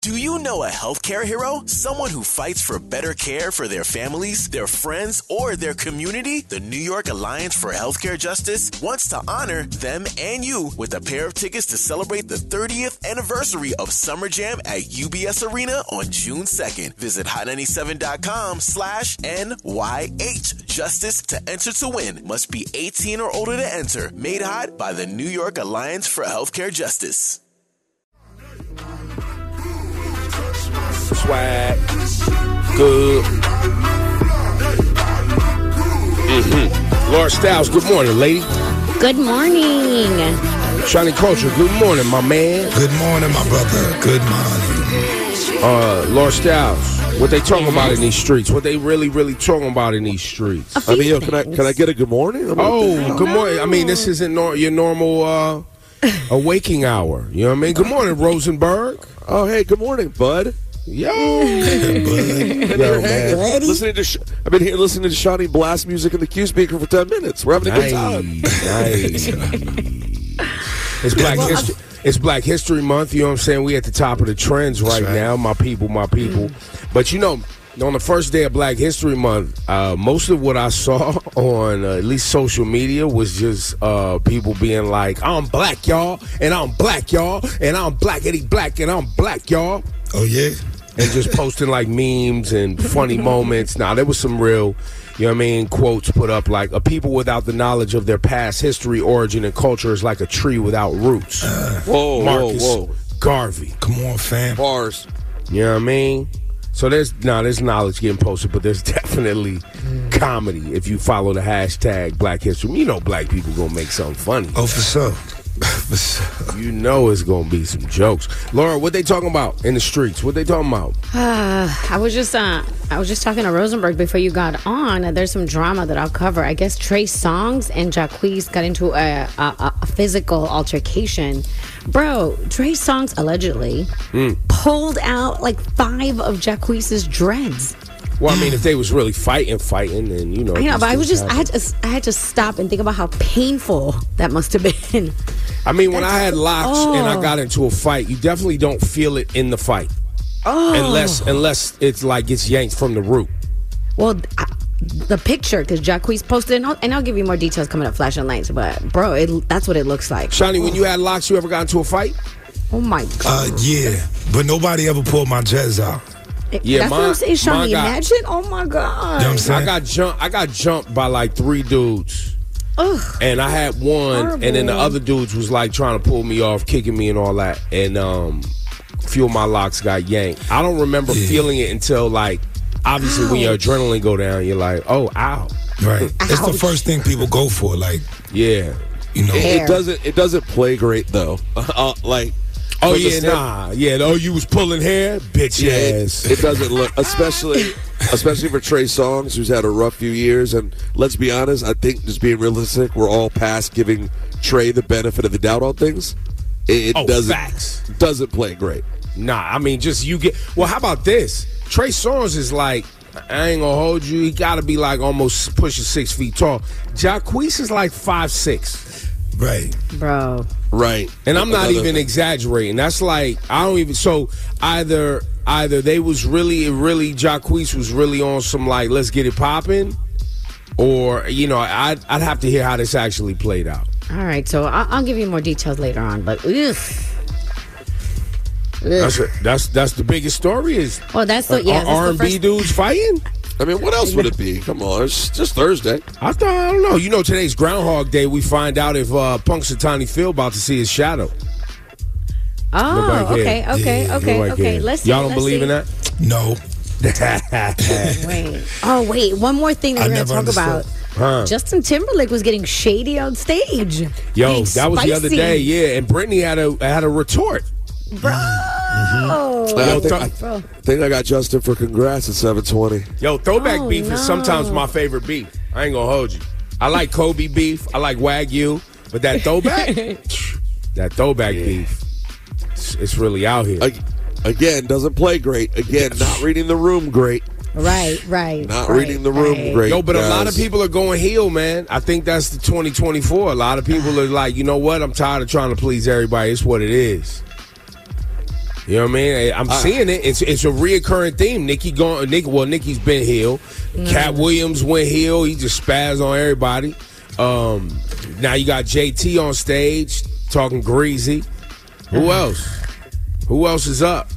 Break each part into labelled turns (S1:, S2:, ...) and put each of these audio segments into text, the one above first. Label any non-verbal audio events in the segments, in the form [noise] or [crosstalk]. S1: Do you know a healthcare hero? Someone who fights for better care for their families, their friends, or their community? The New York Alliance for Healthcare Justice wants to honor them and you with a pair of tickets to celebrate the 30th anniversary of Summer Jam at UBS Arena on June 2nd. Visit hot97.com slash NYH Justice to enter to win. Must be 18 or older to enter. Made hot by the New York Alliance for Healthcare Justice.
S2: swag, good. Mm-hmm. Laura Styles, good morning, lady.
S3: Good morning.
S2: Shiny Culture, good morning, my man.
S4: Good morning, my brother. Good morning.
S2: Uh, Laura Styles, what they talking about in these streets? What they really, really talking about in these streets?
S3: A
S5: I
S3: few
S5: mean, yo, can I
S3: things.
S5: can I get a good morning? I'm
S2: Oh, good morning. I mean, this isn't nor- your normal uh,
S3: [laughs]
S2: a waking hour. You know what I mean? Good morning, Rosenberg.
S5: oh, hey, good morning, bud.
S2: Yo,
S5: Been here hanging- Listening to, Sh- I've been here listening to Shawnee blast music in the Q speaker for ten minutes. We're having a good time.
S2: Nice. it's Black History. It's Black History Month. You know what I'm saying? We at the top of the trends right,
S4: right.
S2: now, my people, my people. But you know, on the first day of Black History Month, uh, most of what I saw [laughs] on uh, at least social media was just uh, people being like, "I'm black, y'all," and "I'm black, y'all," and "I'm blackity black," and "I'm black, y'all."
S4: Oh yeah.
S2: and just posting like memes and funny moments. Now there was some real, you know what I mean, quotes put up like a people without the knowledge of their past history, origin, and culture is like a tree without roots.
S4: Uh,
S5: Whoa,
S2: Marcus
S5: whoa, whoa!
S2: Garvey.
S4: Come on, fam.
S5: Bars.
S2: You know what I mean? So there's now there's knowledge getting posted, but there's [laughs] definitely
S4: Mm.
S2: comedy if you follow the hashtag Black History. You know black people gonna make something funny.
S4: Oh, for
S2: [laughs]
S4: sure. For sure.
S2: You know it's gonna be some jokes. Laura, what they talking about in the streets? What they talking about?
S3: I was just uh, I was just talking to Rosenberg before you got on. Uh, There's some drama that I'll cover. I guess Trey Songs and Jacquees got into a, a- a, a physical altercation. Bro, Trey Songs allegedly
S2: Hmm.
S3: pulled out like five of Jacquees' dreads.
S2: Well, I mean, if they was really fighting, fighting, then you know.
S3: I know,
S2: these
S3: but I was
S2: things
S3: just I
S2: happen.
S3: had to I had to stop and think about how painful that must have been. [laughs]
S2: I mean, when I had locks and I
S3: Oh.
S2: got into a fight, you definitely don't feel it in the fight.
S3: Oh.
S2: Unless unless it's like it's yanked from the root.
S3: Well, I, the picture because Jacquees posted, and I'll, and I'll give you more details coming up, flashing lights. But bro, it, that's what it looks like.
S2: Shani, when you had locks, you ever got into a fight?
S3: Oh my god.
S4: Uh, yeah. But nobody ever pulled my jets out.
S2: Yeah,
S3: That's what
S2: mine-
S3: I'm saying,
S2: mine
S3: Shawnee.
S2: got-
S3: Imagine.
S4: You
S3: Oh my
S4: know what
S3: god.
S4: I'm saying?
S2: I got jumped. I got jumped by like three dudes.
S3: Ugh.
S2: And I had one, and then the
S3: Horrible.
S2: other dudes was like trying to pull me off, kicking me, and all that. And um, a few of my locks got yanked. I don't remember feeling it until like, obviously, when your
S3: Ouch.
S2: adrenaline go down, you're like, oh, ow,
S4: Right. It's the
S3: Ouch.
S4: first thing people go for. Like,
S2: yeah.
S4: you know.
S3: Hair.
S5: It doesn't. It doesn't play great though. [laughs] Uh, like.
S2: Oh
S5: from the
S2: yeah,
S5: stand-
S2: nah, yeah. Oh, you was pulling hair, bitch
S5: Yeah,
S2: ass.
S5: it, it doesn't look, especially, especially for Trey Songs, who's had a rough few years. And let's be honest, I think just being realistic, we're all past giving Trey the benefit of the doubt on things. It,
S2: [laughs]
S5: it
S2: Oh,
S5: doesn't
S2: facts.
S5: doesn't play great.
S2: Nah, I mean, just you get. Well, how about this? Trey Songz is like, I ain't gonna hold you. He gotta be like almost pushing six feet tall. Jacquees is like five six,
S4: Right.
S3: Bro.
S5: Right,
S2: and I'm not
S5: Another-
S2: even exaggerating. That's like I don't even. So either either they was really really Jacquees was really on some like let's get it popping, or you know I'd I'd have to hear how this actually played out.
S3: All right, so I'll, I'll give you more details later on. But ugh.
S2: That's it. that's that's the biggest story is
S3: Well, that's the yeah.
S2: R
S3: That's
S2: and
S3: the
S2: B
S3: first,
S2: dudes fighting.
S5: I mean, what else would it be? Come on, it's just Thursday.
S2: I thought I don't know. You know, today's Groundhog Day. We find out if uh, Punxsutawney Phil about to see his shadow.
S3: oh,
S2: Nobody
S3: okay,
S2: cared.
S3: okay,
S2: Yeah,
S3: okay,
S2: nobody
S3: okay.
S2: cared.
S3: Let's. See,
S2: y'all don't
S3: let's
S2: believe
S3: see.
S2: in that. [laughs]
S4: No.
S3: Wait. Oh wait, one more thing that
S4: I
S3: we're gonna
S4: never
S3: talk
S4: understood.
S3: about. Justin Timberlake was getting shady on stage.
S2: Yo,
S3: Being
S2: that was the other
S3: spicy.
S2: day. Yeah, and Brittany had a had a retort.
S3: bro.
S5: I,
S3: Oh,
S5: think, I think I got Justin for congrats at 720.
S2: Yo, throwback
S3: Oh,
S2: beef is sometimes
S3: no.
S2: my favorite beef. I ain't gonna hold you. I like Kobe beef. I like Wagyu, but that
S3: [laughs]
S2: throwback, that throwback beef, it's, it's really out here.
S5: Ag- Again, doesn't play great. Again, not reading the room great.
S3: right, right.
S5: Not
S3: right,
S5: reading the room
S3: right.
S5: great.
S2: Yo, but a lot of
S5: guys.
S2: people are going heel, man. I think that's the 2024. A lot of people are like, you know what? I'm tired of trying to please everybody. It's what it is. You know what I mean? I'm seeing it. It's it's a reoccurring theme. Nikki going, Nick. Well, Nikki's been heel.
S3: Mm-hmm.
S2: Cat Williams went heel. He just spazzed on everybody. Um, now you got JT on stage talking greasy. Who else? Who else is up?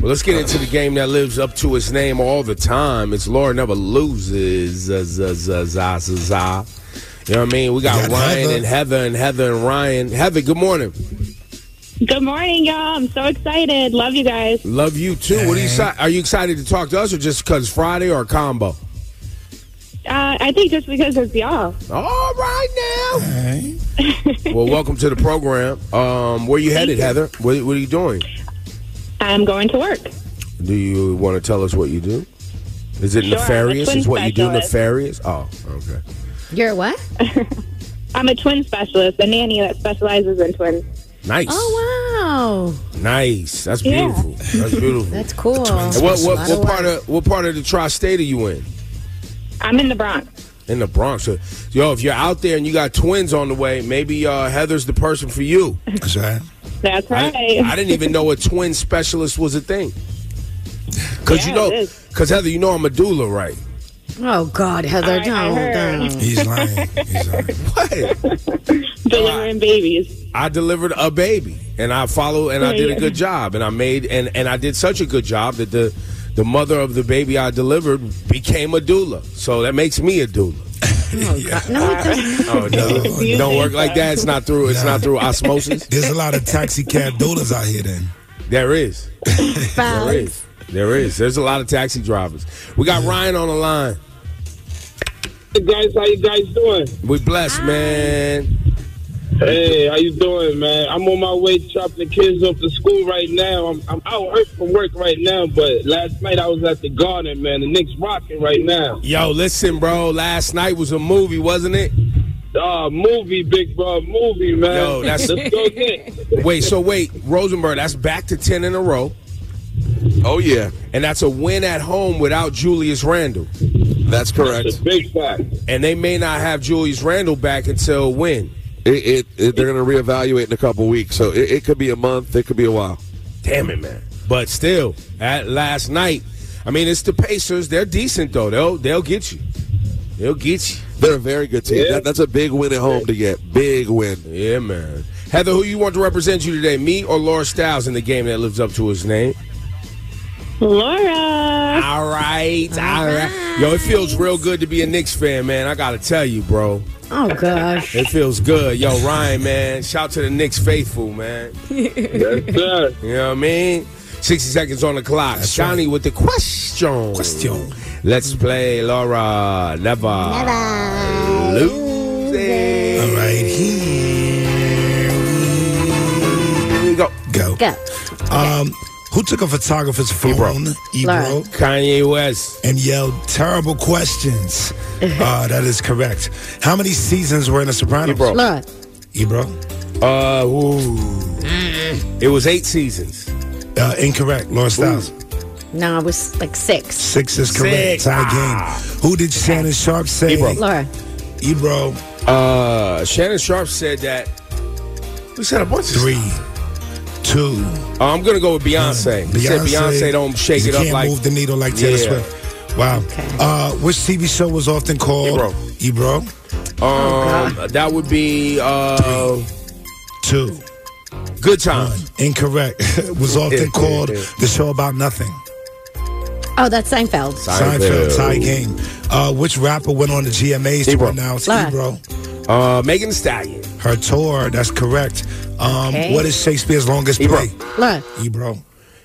S2: Well, let's get into the game that lives up to its name all the time. It's Laura never loses. Z- z- z- z- z- z. You know what I mean? We got
S4: got
S2: Ryan
S4: Heather.
S2: and Heather and Heather and Ryan. Heather, good morning.
S6: Good morning, y'all. I'm so excited. Love you guys.
S2: Love you too. What are you exci- are you excited to talk to us or just because Friday or combo?
S6: Uh, I think just because of y'all.
S2: All right now. Well, welcome to the program. Um, where you headed, Heather? What, what are you doing?
S6: I'm going to work.
S2: Do you want to tell us what you do? Is it
S6: Sure, I'm a
S2: nefarious?
S6: twin
S2: Is what you do
S6: specialist.
S2: nefarious? Oh, okay.
S3: You're what?
S6: [laughs] I'm a twin specialist, a nanny that specializes in twins.
S2: Nice.
S3: Oh wow,
S2: Nice. That's
S6: Yeah. Oh.
S2: beautiful. That's beautiful.
S6: [laughs]
S3: that's cool.
S2: and what what,
S3: That's a lot
S2: what part
S3: work.
S2: of what part of the tri-state are you in?
S6: I'm in the Bronx.
S2: In the Bronx. So, Yo, if you're out there and you got twins on the way, maybe uh, Heather's the person for you.
S4: That's right.
S6: That's
S2: I,
S6: right.
S2: didn't- I didn't even know a twin specialist was a thing.
S6: [laughs]
S2: Cause you
S6: Yeah, it
S2: know,
S6: is.
S2: cause Heather, you know I'm a doula, right?
S3: Oh God, Heather,
S6: I- I
S3: don't,
S6: heard.
S3: don't.
S4: He's lying. He's lying.
S2: What?
S6: Delivering babies.
S2: I delivered a baby, and I follow, and I
S6: Yeah,
S2: did a
S6: yeah.
S2: good job, and I made, and and I did such a good job that the the mother of the baby I delivered became a doula. So that makes me a doula.
S3: [laughs] Oh, God. No, it
S2: [laughs]
S3: doesn't.
S2: Oh
S3: [laughs]
S2: no,
S6: You
S2: don't
S6: think
S2: work like
S6: so?
S2: that. It's not through. It's not through osmosis.
S4: There's a lot of taxi cab doulas out here then.
S2: There is. There
S3: Found.
S2: is. There is. There's a lot of taxi drivers. We got Ryan on the line.
S7: Hey guys, how you guys doing?
S2: We blessed, man.
S7: Hey, how you doing, man? I'm on my way dropping the kids off to school right now. I'm, I'm out hurt from work right now, but last night I was at the garden, man. The Knicks rocking right now.
S2: Yo, listen, bro. Last night was a movie, wasn't it?
S7: Uh, movie, big bro, movie, man.
S2: Yo, that's-
S7: [laughs] Let's go Knicks.
S2: Wait. So wait, Rosenberg. That's back to ten in a row,
S5: Oh, yeah.
S2: and that's a win at home without Julius Randle.
S5: That's correct.
S7: It's a big fact.
S2: and they may not have Julius Randle back until when?
S5: It, it, it- they're going to reevaluate in a couple weeks. So it, it could be a month. It could be a while.
S2: Damn it, man! But still, at last night, I mean, it's the Pacers. They're decent though. They'll they'll get you. They'll get you.
S5: They're a very good team.
S7: Yeah.
S5: That, that's a big win at home to get. Big win.
S2: Yeah, man. Heather, who you want to represent you today? Me or Laura Styles in the game that lives up to his name?
S6: Laura.
S2: All right, all right. Yo, it feels real good to be a Knicks fan, man. I gotta tell you, bro.
S3: Oh gosh.
S2: It feels good. Yo, Ryan, man. Shout to the Knicks faithful, man. [laughs]
S7: Yes, sir.
S2: You know what I mean? 60 seconds on the clock. Johnny with the question.
S4: Question.
S2: Let's play Laura Never, Never Loses.
S4: All right, here
S2: Here we go.
S4: we go.
S3: Go.
S4: Um, who took a photographer's phone, Ebro,
S3: Laura.
S2: Kanye West.
S4: and yelled terrible questions? uh, that is correct. How many seasons were in The Sopranos?
S5: Ebro.
S3: Laura.
S4: Ebro.
S2: Uh, ooh. It was eight seasons.
S4: Mm-hmm. Uh, incorrect. Laura Styles.
S3: No, it was like six.
S4: Six is correct.
S2: Six.
S4: Tie
S2: Ah.
S4: game. Who did Shannon Sharp say?
S2: Ebro.
S3: Laura.
S4: Ebro.
S2: Uh, Shannon Sharp said that. We said a bunch of
S4: Three, two.
S2: Uh, I'm going to go with Beyonce. He said Beyonce don't shake
S4: you
S2: it up
S4: can't
S2: like.
S4: move the needle like Taylor
S2: Yeah.
S4: Swift. Wow.
S3: Okay.
S4: Uh, which TV show was often called
S2: Ebro.
S4: Ebro?
S2: Um, that would be uh,
S4: Two.
S2: Good Time.
S4: Incorrect. [laughs] was often called the show about nothing.
S3: Oh, that's Seinfeld.
S2: Seinfeld.
S4: Seinfeld tie game. Uh, which rapper went on the GMAs
S2: Ebro.
S4: to announce
S3: Laura.
S4: Ebro?
S2: Uh, Megan Thee Stallion.
S4: Her tour. That's correct. Um,
S3: Okay.
S4: What is Shakespeare's longest
S2: Ebro.
S4: play?
S3: Laura.
S4: Ebro.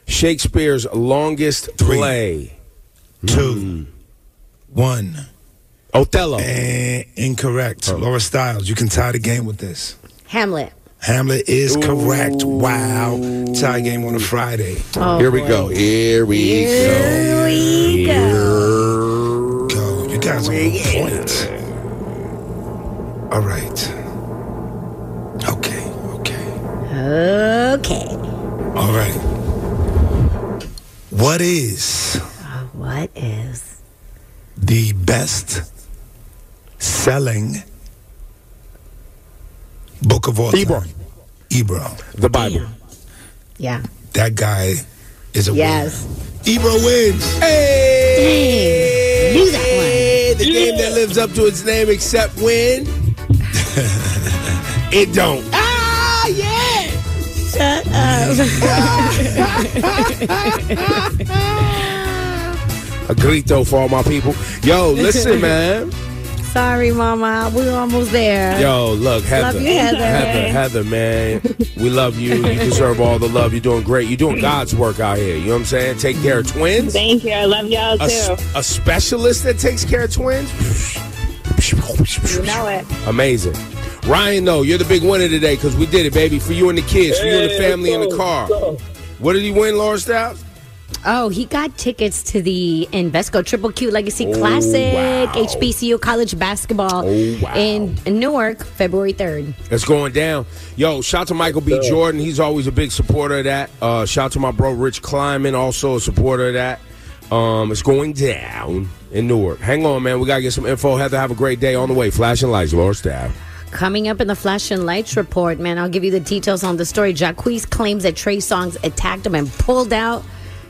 S2: Shakespeare's longest
S4: Three.
S2: play.
S4: Two. One.
S2: Othello.
S5: Oh.
S4: And incorrect. Laura Styles, you can tie the game with this.
S3: Hamlet.
S4: Hamlet is correct. Wow. Tie game on a Friday.
S8: Oh,
S5: Here we go. Here we go.
S4: Go. You guys are on point. All right. Okay. Okay.
S3: Okay.
S4: All right. What is
S3: Uh, What is
S4: the best selling book of all time?
S2: Ebro.
S4: Ebro.
S2: The Bible.
S3: yeah?
S4: That guy is a
S3: Yes.
S4: winner. Ebro wins.
S3: Hey, knew that
S2: The game that lives up to its name except when
S4: [laughs]
S2: it don't.
S3: Ah!
S2: [laughs] A grito for all my people. Yo,
S3: [laughs]
S2: listen, man.
S3: one. Sorry, Mama, we were almost there.
S2: Yo, look, Heather.
S3: Love you, Heather.
S2: Heather, Heather, man. We love you. You deserve all the love. You're doing great. You're doing God's work out here. You know what I'm saying? Take care of twins. A,
S6: Thank you. I love y'all too.
S2: s- a specialist that takes care of twins.
S6: You know it.
S2: Amazing. Ryan, though, you're the big winner today because we did it, baby. For you and the kids, for you and the
S7: Hey,
S2: family in the
S7: let's go,
S2: car.
S7: let's go.
S2: What did he win, Lawrence Dowd?
S3: Oh, he got tickets to the Invesco Triple Q Legacy Classic
S2: Oh, wow.
S3: HBCU College Basketball
S2: Oh, wow.
S3: in Newark, February 3rd.
S2: It's going down. Yo, shout to Michael B. Jordan. He's always a big supporter of that. Uh, shout to my bro Rich Kleiman, also a supporter of that. Um, it's going down in Newark. Hang on, man. We gotta get some info. Heather, have a great day on the way. Flashing lights, Lawrence Dowd.
S3: Coming up in the Flash and Lights report, man, I'll give you the details on the story. Jacquees claims that Trey Songs attacked him and pulled out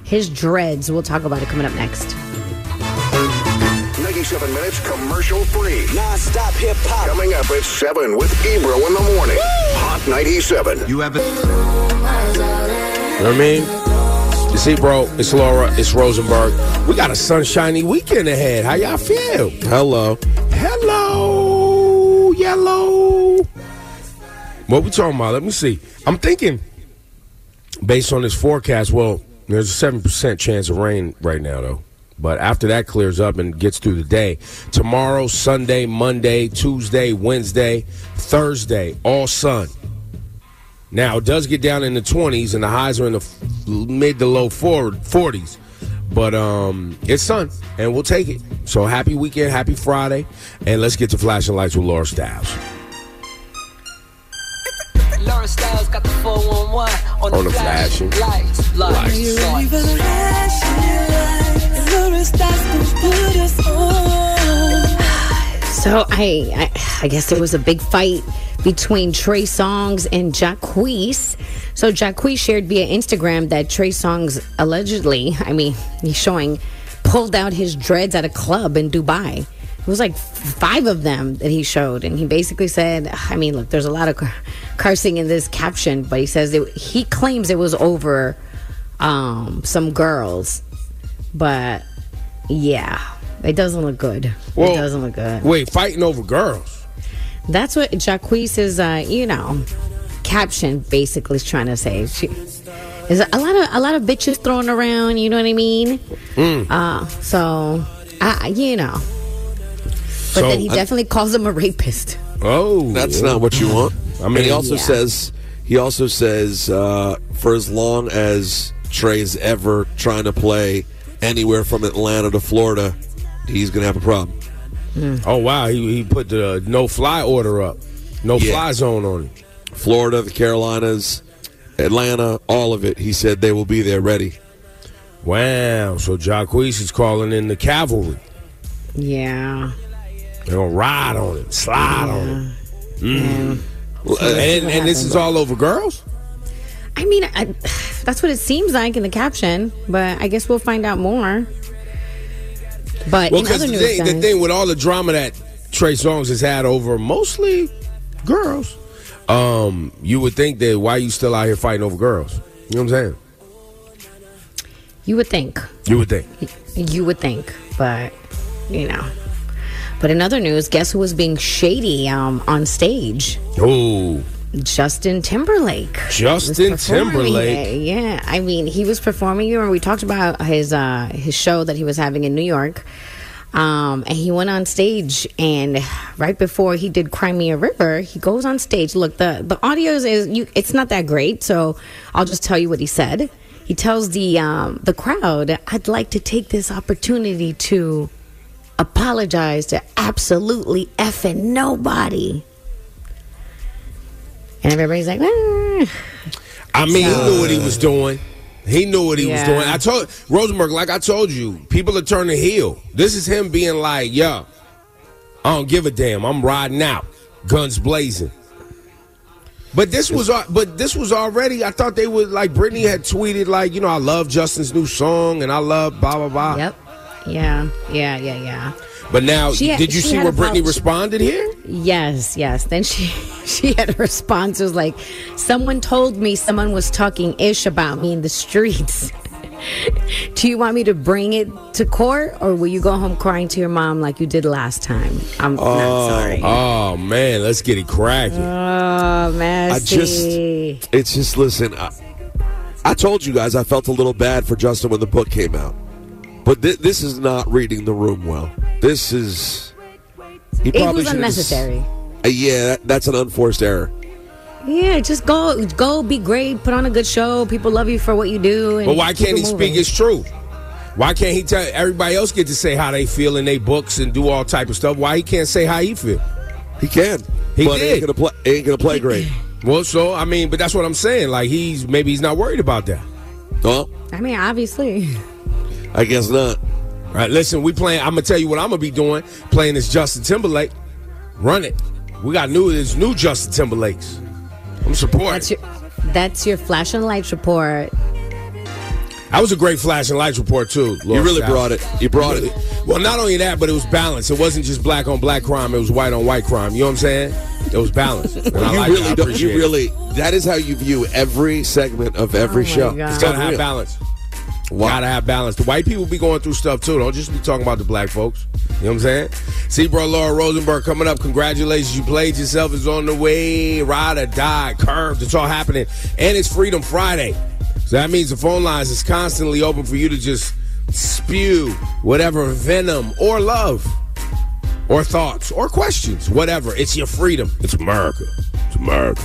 S3: his dreads. We'll talk about it coming up next.
S9: 97 minutes commercial free.
S8: Non-stop hip hop.
S9: Coming up at 7 with Ebro in the morning. Hot 97.
S8: You have it.
S2: You know what I mean? You see, bro, it's Laura, it's Rosenberg. We got a sunshiny weekend ahead. How y'all feel?
S5: Hello.
S2: Hello, yellow. What we talking about? Let me see. I'm thinking, based on this forecast, well, there's a seven percent chance of rain right now, though. But after that clears up and gets through the day, tomorrow, Sunday, Monday, Tuesday, Wednesday, Thursday, all sun. Now it does get down in the 20s, and the highs are in the f- mid to low forward 40s. But um, it's sun, and we'll take it. So happy weekend, happy Friday, and let's get to flashing lights with Laura Styles.
S10: Lauren Styles got the 411 on,
S2: On the flashing
S10: lights. Lights.
S3: So I, I, I guess there was a big fight between Trey Songs and Jacquees. So Jacquees shared via Instagram that Trey Songs allegedly, I mean, he's showing, pulled out his dreads at a club in Dubai. It was like five of them that he showed, and he basically said, I mean, look, there's a lot of car- cursing in this caption, but he says it, he claims it was over um, some girls, but yeah, it doesn't look good. it doesn't look good.
S2: Wait, fighting over girls.
S3: That's what Jacquees is, uh, you know, caption basically is trying to say. She is a lot of a lot of bitches thrown around. You know what I mean?
S2: Hmm.
S3: Uh, so, I, you know, but
S2: So-
S3: then he definitely calls him a rapist.
S2: Oh,
S5: That's not what you want.
S2: I
S5: and
S2: mean,
S5: he also
S3: yeah.
S5: says he also says uh, for as long as Trey's ever trying to play anywhere from Atlanta to Florida, he's gonna have a problem.
S3: Hmm.
S2: Oh wow, he, he put the no fly order up, no
S5: Yeah.
S2: fly zone on it.
S5: Florida, the Carolinas, Atlanta, all of it. He said they will be there ready.
S2: Wow, so Jacquees is calling in the cavalry.
S3: Yeah,
S2: They're gonna ride on it, slide on it, and, and this is all over girls.
S3: I mean, I, that's what it seems like in the caption. But I guess we'll find out more. But
S2: Well,
S3: in
S2: because
S3: other
S2: the,
S3: news,
S2: thing- the
S3: guys-
S2: thing with all the drama that Trey Songz has had over mostly girls, um, you would think that why you still out here fighting over girls? You know what I'm saying?
S3: you would think.
S2: You would think.
S3: You would think, but you know. But in other news, guess who was being shady um, on stage?
S2: Oh,
S3: Justin Timberlake. was
S2: Justin
S3: performing
S2: Timberlake.
S3: it. Yeah, I mean, he was performing. You remember we talked about his uh, his show that he was having in New York. Um, and he went on stage, and right before he did Crimea River, he goes on stage. Look, the the audio is, is you, it's not that great, so I'll just tell you what he said. He tells the um, the crowd, "I'd like to take this opportunity to apologize to absolutely effing nobody." And everybody's like, "Ah."
S2: I mean, he knew what he was doing. He knew what he was
S3: Yeah.
S2: doing. I told Rosenberg, like I told you, people are turning heel. This is him being like, yo, I don't give a damn. I'm riding out, guns blazing. But this was, al- but this was already. I thought they would like. Britney had tweeted like, you know, I love Justin's new song, and I love blah blah blah. Yep.
S3: "Yeah, yeah, yeah, yeah."
S2: But now,
S3: She had-
S2: did you
S3: she
S2: see
S3: had
S2: where
S3: about-
S2: Britney responded here?
S3: Yes, yes. Then she [laughs] she had a response. It was like, someone told me someone was talking ish about me in the streets. [laughs] Do you want me to bring it to court, or will you go home crying to your mom like you did last time? I'm not sorry.
S2: Oh man, let's get it cracking.
S3: Oh,
S5: I
S3: messy.
S5: just, it's just listen. I, I told you guys I felt a little bad for Justin when the book came out, but thi- this is not reading the room well. This is he
S3: it was
S5: should've just-
S3: unnecessary.
S5: Uh, yeah, that, that's an unforced error.
S3: Yeah, just go, go, be great, put on a good show. People love you for what you do. And
S2: But why
S3: keep
S2: can't
S3: it
S2: he
S3: moving.
S2: speak his truth? Why can't he tell everybody else get to say how they feel in their books and do all type of stuff? Why he can't say how he feel?
S5: He can.
S2: He
S5: but
S2: did.
S5: Ain't gonna play, ain't gonna play great.
S2: [clears throat] Well, so I mean, but that's what I'm saying. Like he's maybe he's not worried about that.
S5: Well,
S3: I mean, obviously.
S5: I guess not.
S2: All right, listen, we playing. I'm gonna tell you what I'm gonna be doing. Playing this Justin Timberlake. Run it. We got new. There's new Justin Timberlakes. I'm supporting.
S3: That's your, that's your flash and lights report.
S2: That was a great flash and lights report too. Laura
S5: really
S2: Stout.
S5: brought it. You brought
S2: Really- Well, not only that, but it was balanced. It wasn't just black on black crime. It was white on white crime. You know what I'm saying? It was
S5: [laughs]
S2: balanced. And I like it.
S5: you
S2: I
S5: really, don't,
S2: appreciate
S5: you
S2: it.
S5: really. That is how you view every segment of every
S3: Oh my
S5: show.
S3: God.
S2: It's gotta have
S5: unreal.
S2: balance. Gotta have balance. The white people be going through stuff too. Don't just be talking about the black folks. You know what I'm saying? See, bro, Laura Rosenberg coming up. Congratulations. You played yourself. Is on the way. Ride or die. Curved. It's all happening. And it's Freedom Friday. So that means the phone lines is constantly open for you to just spew whatever venom or love or thoughts or questions. Whatever. It's your freedom. It's America. It's America.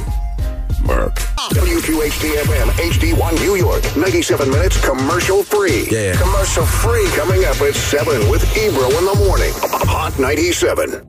S2: America.
S9: WQHD-FM, HD1 New York, 97 minutes commercial free.
S2: Yeah.
S9: Commercial free coming up at 7 with Ebro in the morning. Hot 97.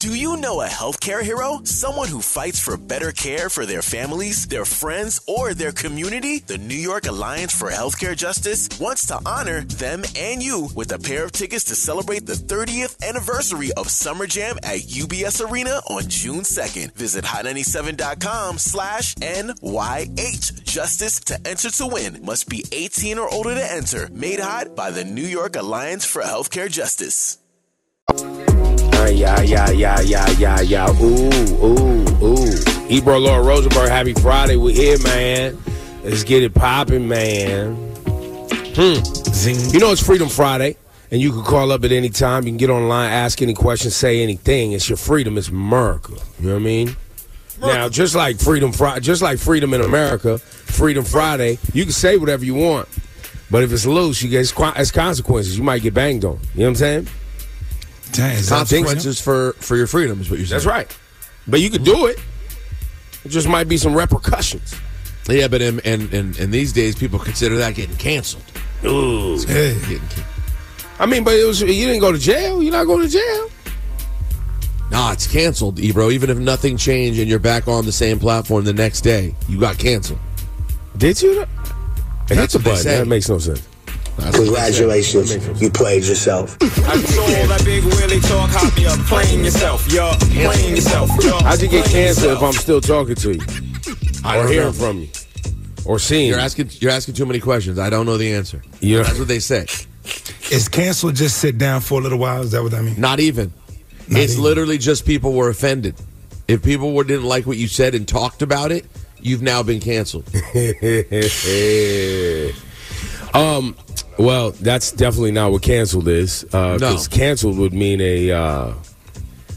S1: Do you know a healthcare hero? Someone who fights for better care for their families, their friends, or their community? The New York Alliance for Healthcare Justice wants to honor them and you with a pair of tickets to celebrate the 30th anniversary of Summer Jam at UBS Arena on June 2nd. Visit hot97.com slash NYH Justice to enter to win. Must be 18 or older to enter. Made hot by the New York Alliance for Healthcare Justice.
S2: Uh, yeah, yeah, yeah, yeah, yeah, yeah. Ooh, ooh, ooh. Ebro Laura Rosenberg, happy Friday. We're here, man. Let's get it popping, man. Hmm. You know, it's Freedom Friday, and you can call up at any time. You can get online, ask any question, say anything. It's your freedom. It's America. You know what I mean? Now, just like Freedom Friday, just like Freedom in America, Freedom Friday, you can say whatever you want. But if it's loose, you get it's qu- it's consequences. You might get banged on. You know what I'm saying?
S8: consequences for for your freedom is what you're saying.
S2: That's right. But you could do it. It just might be some repercussions.
S8: Yeah, but in in, in, in these days, people consider that getting canceled.
S2: Ooh,
S8: getting
S2: I mean, but it was you didn't go to jail. You're not going to jail.
S8: Nah, it's canceled, Ebro. Even if nothing changed and you're back on the same platform the next day, you got canceled.
S2: Did you? Hey,
S8: That's
S2: hit the
S8: what they
S2: button.
S8: say.
S2: That makes no sense.
S11: Congratulations, you played yourself.
S12: I can throw all that big willy talk, hop me up, playing yourself, yo, playing yourself, yo.
S2: How'd you get
S12: playing
S2: canceled
S12: yourself.
S2: if I'm still talking to you
S8: I
S2: or
S8: don't
S2: hearing
S8: know.
S2: from you or seeing?
S8: You're asking you're asking too many questions. I don't know the answer.
S2: Yeah.
S8: That's what they say.
S4: Is cancel just sit down for a little while? Is that what I mean?
S8: Not even. it's literally just people were offended. If people were, didn't like what you said and talked about it, you've now
S2: [laughs]
S8: been canceled.
S2: [laughs] um, well, that's definitely not what canceled is. Uh,
S8: No.
S2: 'cause canceled would mean a uh,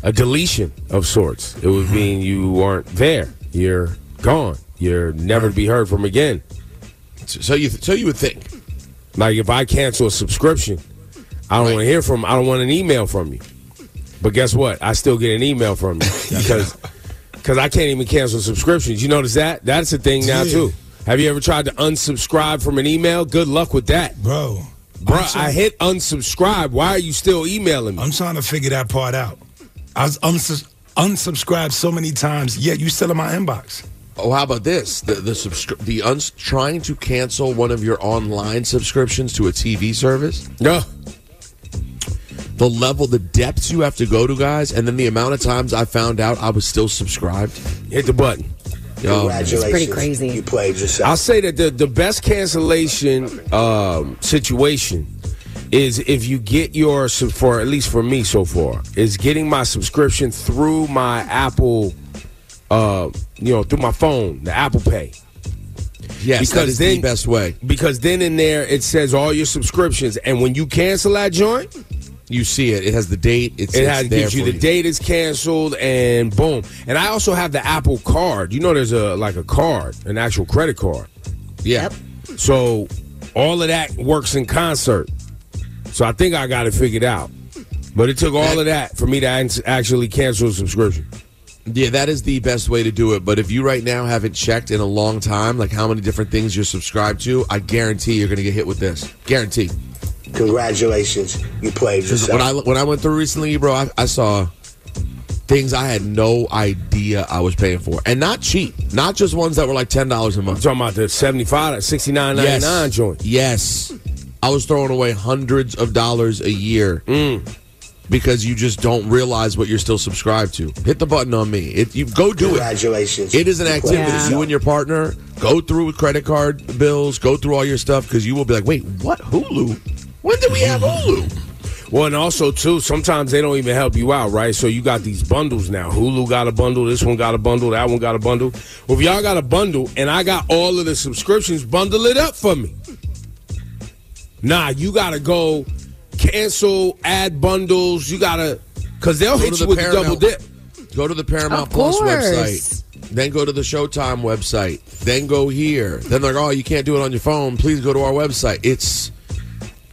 S2: a deletion of sorts. It
S8: Mm-hmm.
S2: would mean you weren't there. You're gone. You're never to be heard from again.
S8: So you, so you would think.
S2: Like if I cancel a subscription, I don't want to hear from. I don't want an email from you. But guess what? I still get an email from
S8: [laughs]
S2: you because because I can't even cancel subscriptions. You notice that? That's a thing now
S4: Yeah.
S2: too. Have you ever tried to unsubscribe from an email? Good luck with that,
S4: bro.
S2: Bro, I hit unsubscribe. Why are you still emailing me?
S4: I'm trying to figure that part out. I was unsus- unsubscribed so many times, yet you still in my inbox.
S8: Oh, how about this? The the subscri- the uns- trying to cancel one of your online subscriptions to a TV service.
S2: No.
S8: The level, the depths you have to go to, guys, and then the amount of times I found out I was still subscribed.
S2: Hit the button.
S8: Yo, man.
S3: crazy.
S11: You played yourself.
S2: I'll say that the, the best cancellation um, situation is if you get your sub- for at least for me so far is getting my subscription through my Apple, uh, you know, through my phone, the Apple Pay.
S8: Yes, that is the best way.
S2: Because then in there it says all your subscriptions, and when you cancel that joint,
S8: you see it. It has the date. It's,
S2: it
S8: it's
S2: has
S8: there
S2: gives you
S8: for
S2: the date is canceled, and boom. And I also have the Apple Card. You know, there's a like a card, an actual credit card.
S8: Yeah.
S2: So all of that works in concert. So I think I got it figured out. But it took all of that for me to ans- actually cancel a subscription.
S8: Yeah, that is the best way to do it. But if you right now haven't checked in a long time, like how many different things you're subscribed to, I guarantee you're going to get hit with this. Guarantee.
S11: Congratulations, you played
S8: Because
S11: yourself.
S8: when I when I went through recently, bro, I, I saw things I had no idea I was paying for, and not cheap, not just ones that were like ten dollars a month.
S2: talking about the seventy five, sixty nine
S8: yes.
S2: ninety nine joint.
S8: Yes, I was throwing away hundreds of dollars a year
S2: Mm.
S8: because you just don't realize what you're still subscribed to. Hit the button on me. It, you go do
S11: Congratulations.
S8: it. It is an
S11: You played
S8: activity.
S11: yourself.
S8: You and your partner go through with credit card bills, go through all your stuff because you will be like, wait, what Hulu? When did we have Hulu?
S2: Well, and also too, sometimes they don't even help you out, right? So you got these bundles now. Hulu got a bundle, this one got a bundle, that one got a bundle. Well, if y'all got a bundle and I got all of the subscriptions, bundle it up for me. Nah, you gotta go cancel, add bundles. You gotta, cause they'll
S8: Go to
S2: hit you
S8: the
S2: with
S8: Paramount-
S2: the double dip.
S8: Go to the Paramount
S2: Of
S8: Plus
S2: course.
S8: website. Then go to the Showtime website. Then go here. Then they're like, oh, you can't do it on your phone. Please go to our website. It's,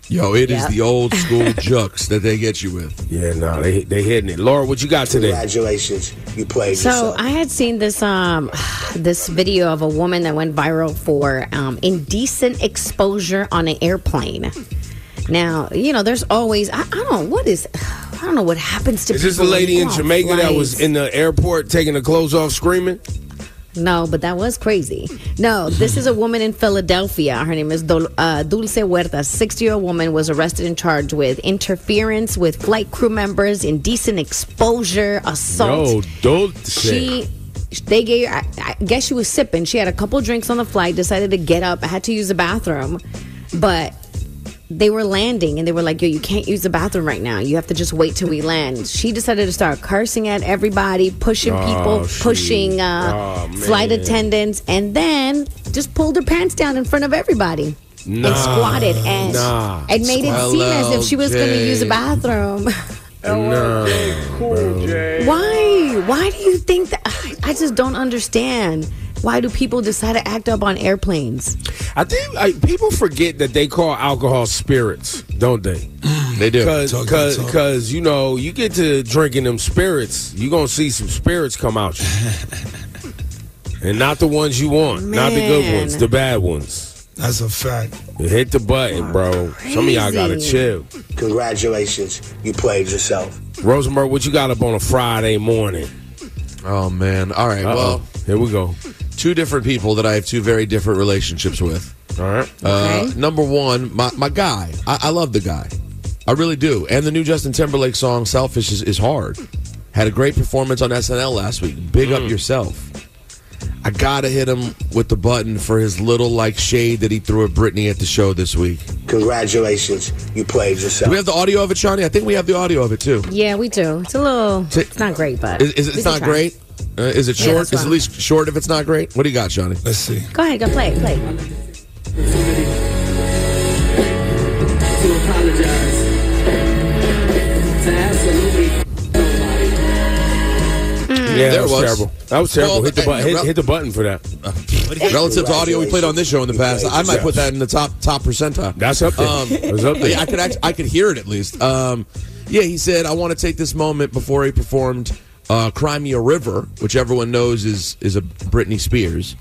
S8: yo, it is
S11: Yep.
S8: the
S2: [laughs]
S8: old school jux that they get you with.
S2: Yeah, no, they they hitting it. Laura, what you got today?
S11: Congratulations, you played yourself.
S3: So I had seen this um [sighs] this video of a woman that went viral for um, indecent exposure on an airplane. Now you know there's always I, I don't what is [sighs] I don't know what happens to
S2: Is this the
S3: people when
S2: lady
S3: you
S2: in
S3: go on
S2: Jamaica that
S3: flights.
S2: was in the airport taking her clothes off screaming?
S3: No, but that was crazy. No,
S2: [laughs]
S3: this is a woman in Philadelphia. Her name is Dol- uh, Dulce Huerta. 60 year old woman was arrested and charged with interference with flight crew members, indecent exposure, assault.
S2: No, don't
S3: she. They gave. I, I guess she was sipping. She had a couple drinks on the flight. Decided to get up. Had to use the bathroom, but they were landing and they were like, yo, you can't use the bathroom right now. You have to just wait till we land. She decided to start cursing at everybody, pushing
S13: Oh,
S3: people,
S13: she-
S3: pushing uh,
S13: oh,
S3: flight
S13: man.
S3: attendants, and then just pulled her pants down in front of everybody.
S2: Nah,
S3: and squatted and,
S2: nah.
S3: and made it seem as if she was going to use the
S2: LLJ.
S3: bathroom.
S2: No. bro.
S3: Why? Why do you think that? I just don't understand. Why do people decide to act up on airplanes?
S2: I think like, people forget that they call alcohol spirits, don't Mm, they?
S8: They do. Talk,
S2: Because,
S8: talk.
S2: because you know, you get to drinking them spirits, you gonna see some spirits come out [laughs] you, and not the ones you want, not the good
S4: Man.
S2: ones, the bad ones.
S4: That's a fact.
S2: Hit the button, bro. Some of y'all gotta
S11: Crazy.
S2: chill.
S11: Congratulations, you played yourself.
S2: Rosenberg, what you got up on a Friday morning?
S8: Oh, man. All right,
S2: Uh-oh.
S8: well.
S2: Here we go.
S8: Two different people that I have two very different relationships with.
S2: All right.
S8: Uh, Number one, my, my guy. I, I love the guy. I really do. And the new Justin Timberlake song, Selfish, is, is hard. Had a great performance on SNL last week. Big
S2: Mm.
S8: up yourself. I gotta hit him with the button for his little like shade that he threw at Britney at the show this week.
S11: Congratulations, you played
S8: Do
S11: yourself.
S8: we have the audio of it, Shawnee? I think we have the audio of it too.
S3: Yeah, we do. It's a little. It's not great, but
S8: Is, is it,
S3: we
S8: it's
S3: can
S8: not
S3: try.
S8: great? Uh, is it
S3: Yeah,
S8: short?
S3: that's
S8: is
S3: Hmm.
S8: it
S3: what
S8: at least short if it's not great? What do you got, Johnny?
S4: Let's see.
S3: Go ahead, go play, it, play. it.
S10: to apologize to absolutely
S2: Yeah,
S8: Hmm. there
S2: that was,
S8: it was.
S2: terrible. That was terrible.
S8: Well,
S2: hit, the
S8: hey,
S2: bu- hit,
S8: rel- Uh,
S2: hit the button for that.
S8: Relative to audio we played on this show in the past, I might put that in the top top percentile. Um,
S2: That's up there. That's up there.
S8: yeah, I could act, I could hear it at least. Um, yeah, he said I want to take this moment before he performed uh, "Crimea River," which everyone knows is is a Britney Spears.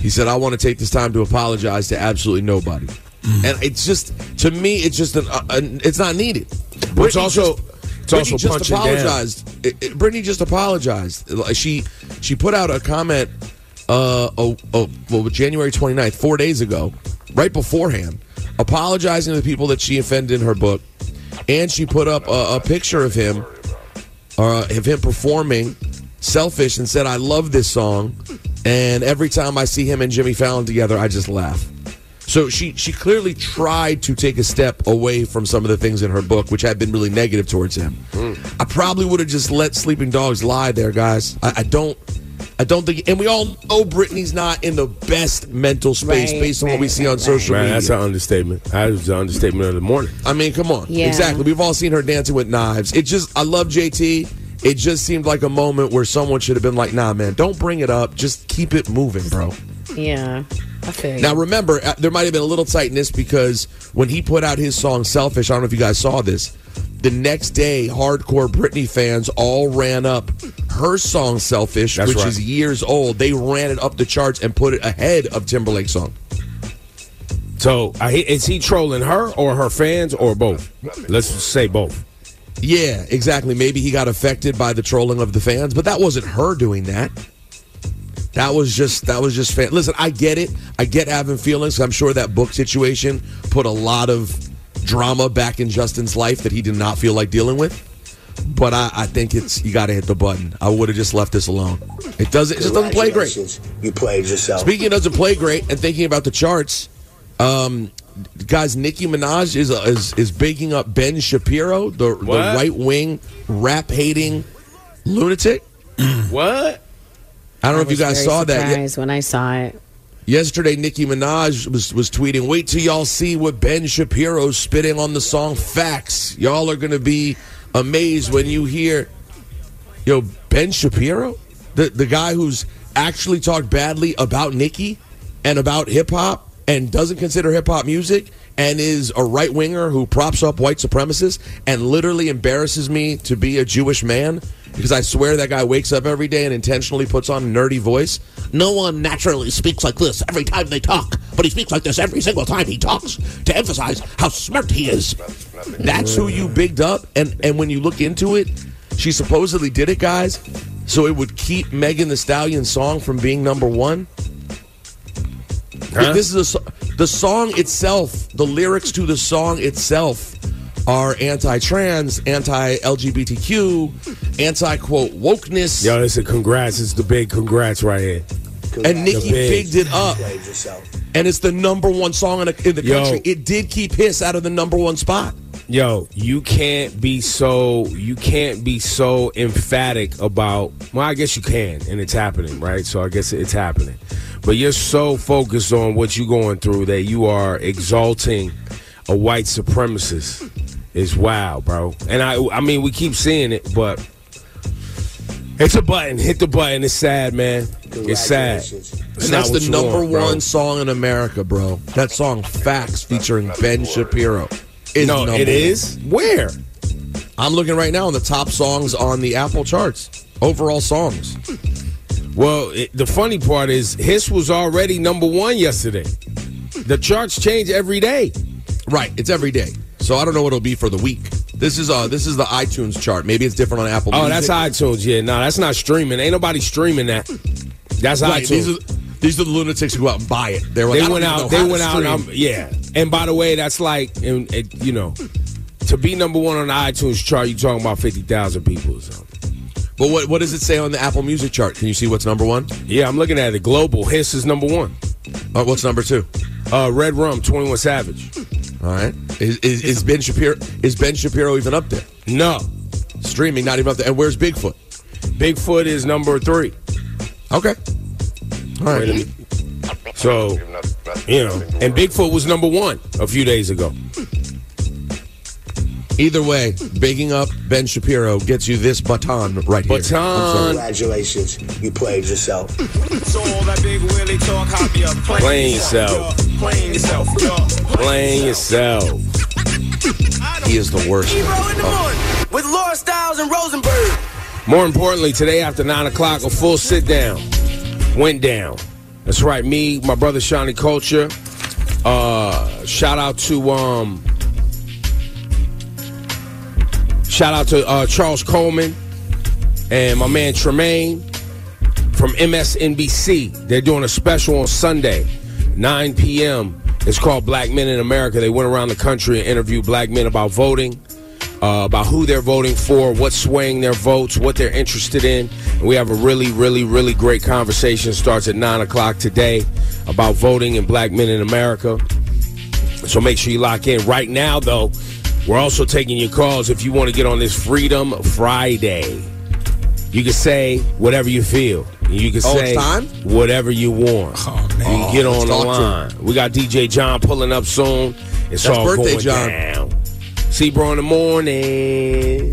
S8: He said I want to take this time to apologize to absolutely nobody,
S2: Mm.
S8: and it's just to me it's just an, uh, an it's not needed.
S2: But it's
S8: Britney
S2: also-
S8: just-
S2: it's also
S8: Britney just
S2: punching down.
S8: apologized apologized. It- it- Britney just apologized. Like, She she put out a comment uh oh, oh well January 29th, 4 days ago, right beforehand, apologizing to the people that she offended in her book. And she put up a, a picture of him uh, of him performing Selfish and said I love this song and every time I see him and Jimmy Fallon together I just laugh. So she she clearly tried to take a step away from some of the things in her book which had been really negative towards him. I probably would have just let sleeping dogs lie there, guys. I, I don't. I don't think, and we all know Brittany's not in the best mental space
S2: Right,
S8: based on what we see on social
S2: Man,
S8: media.
S2: that's an understatement. That was the understatement of the morning.
S8: I mean, come on.
S2: Yeah.
S8: Exactly. We've all seen her dancing with knives. It just, I love JT. It just seemed like a moment where someone should have been like, nah, man, don't bring it up. Just keep it moving, bro.
S3: Yeah, I feel you.
S8: Now, remember, uh, there might have been a little tightness because when he put out his song Selfish, I don't know if you guys saw this, the next day, hardcore Britney fans all ran up her song Selfish,
S2: That's
S8: which
S2: right.
S8: is years old. They ran it up the charts and put it ahead of Timberlake's song.
S2: So I, is he trolling her or her fans or both? Let's say both.
S8: Yeah, exactly. Maybe he got affected by the trolling of the fans, but that wasn't her doing that. That was just that was just fan. Listen, I get it. I get having feelings. I'm sure that book situation put a lot of drama back in Justin's life that he did not feel like dealing with. But I, I think it's you got to hit the button. I would have just left this alone. It doesn't. It just doesn't play great.
S11: Congratulations, You played yourself.
S8: Oh. Speaking of doesn't play great, and thinking about the charts, um, guys, Nicki Minaj is uh, is is baking up Ben Shapiro, the, the
S2: What?
S8: right wing rap hating lunatic.
S2: [clears throat] what?
S8: I don't know if you
S3: was
S8: guys
S3: very
S8: saw that. Ye-
S3: surprised When I saw it,
S8: Yesterday, Nicki Minaj was, was tweeting, Wait till y'all see what Ben Shapiro's spitting on the song Facts. Y'all are going to be amazed when you hear, Yo, Ben Shapiro? The, the guy who's actually talked badly about Nicki and about hip hop and doesn't consider hip hop music and is a right winger who props up white supremacists and literally embarrasses me to be a Jewish man because I swear that guy wakes up every day and intentionally puts on a nerdy voice. No one naturally speaks like this every time they talk, but he speaks like this every single time he talks to emphasize how smart he is. That's who you bigged up, and and when you look into it, she supposedly did it, guys, so it would keep Megan the Stallion's song from being number one.
S2: Huh?
S8: This is a, so- the song itself. The lyrics to the song itself are anti-trans, anti-LGBTQ, anti-quote wokeness.
S2: Yo, listen, congrats. It's the big congrats right here.
S8: and Nicki
S2: The big.
S8: bigged it up, and it's the number one song in, the in the
S2: Yo.
S8: country. It did keep Hiss out of the number one spot.
S2: Yo, you can't be so you can't be so emphatic about well, I guess you can, and it's happening, right? So I guess it's happening. But you're so focused on what you're going through that you are exalting a white supremacist. It's wow, bro. And I I mean we keep seeing it, but it's a button. Hit the button. It's sad, man. It's sad. It's
S8: Congratulations. And that's
S2: not what
S8: the
S2: you
S8: number
S2: want, bro.
S8: one song in America, bro. That song "Facts" featuring Ben Shapiro. Is
S2: No,
S8: number
S2: it is? Where?
S8: I'm looking right now on the top songs on the Apple charts. Overall songs.
S2: Well, it, the funny part is his was already number one yesterday. The charts change every day.
S8: Right, it's every day. So I don't know what it'll be for the week. This is uh this is the iTunes chart. Maybe it's different on Apple.
S2: Oh,
S8: Music.
S2: that's iTunes. Yeah, no, that's not streaming. Ain't nobody streaming that. That's
S8: Right,
S2: iTunes.
S8: these are these are the lunatics who go out and buy it. They're like, I
S2: they
S8: don't
S2: went
S8: even know
S2: out. They
S8: how to
S2: went out. And I'm,
S8: stream.
S2: yeah. And by the way, that's like, and, it, you know, to be number one on the iTunes chart, you talking about fifty thousand people or something.
S8: But what what does it say on the Apple Music chart? Can you see what's number one?
S2: Yeah, I'm looking at it. Global. Hiss is number one.
S8: Uh, what's number two?
S2: Uh, Red Rum, Twenty One Savage.
S8: All right. Is, is, is Ben Shapiro is Ben Shapiro even up there?
S2: No.
S8: Streaming not even up there. And where's Bigfoot?
S2: Bigfoot is number three.
S8: Okay. All
S2: right. So, you know, and Bigfoot was number one a few days ago.
S8: Either way, bigging up Ben Shapiro gets you this baton right here. I'm sorry.
S11: Congratulations, you played yourself.
S12: So all that big Willie talk, hop you up.
S2: Playing yourself.
S12: Playing yourself. Yo.
S2: Playing yourself.
S8: He is the worst.
S12: Ebro in the morning with Laura Styles and Rosenberg.
S2: More importantly, today after 9 o'clock, a full sit down went down. That's right, me, my brother Shawnee Culture. Uh, shout out to um, shout out to uh, Charles Coleman and my man Tremaine from MSNBC. They're doing a special on Sunday, 9 p.m. It's called Black Men in America. They went around the country and interviewed black men about voting uh, about who they're voting for, what's swaying their votes, what they're interested in. And we have a really, really, really great conversation. Starts at 9 o'clock today about voting and black men in America. So make sure you lock in. Right now, though, we're also taking your calls if you want to get on this Freedom Friday. You can say whatever you feel. You can
S8: Oh, it's
S2: say
S8: time?
S2: whatever you want. You can get
S8: Oh,
S2: on the
S8: let's
S2: line.
S8: talk
S2: We got DJ John pulling up soon. It's
S8: That's
S2: all
S8: birthday
S2: going
S8: John.
S2: down. See bro in the morning.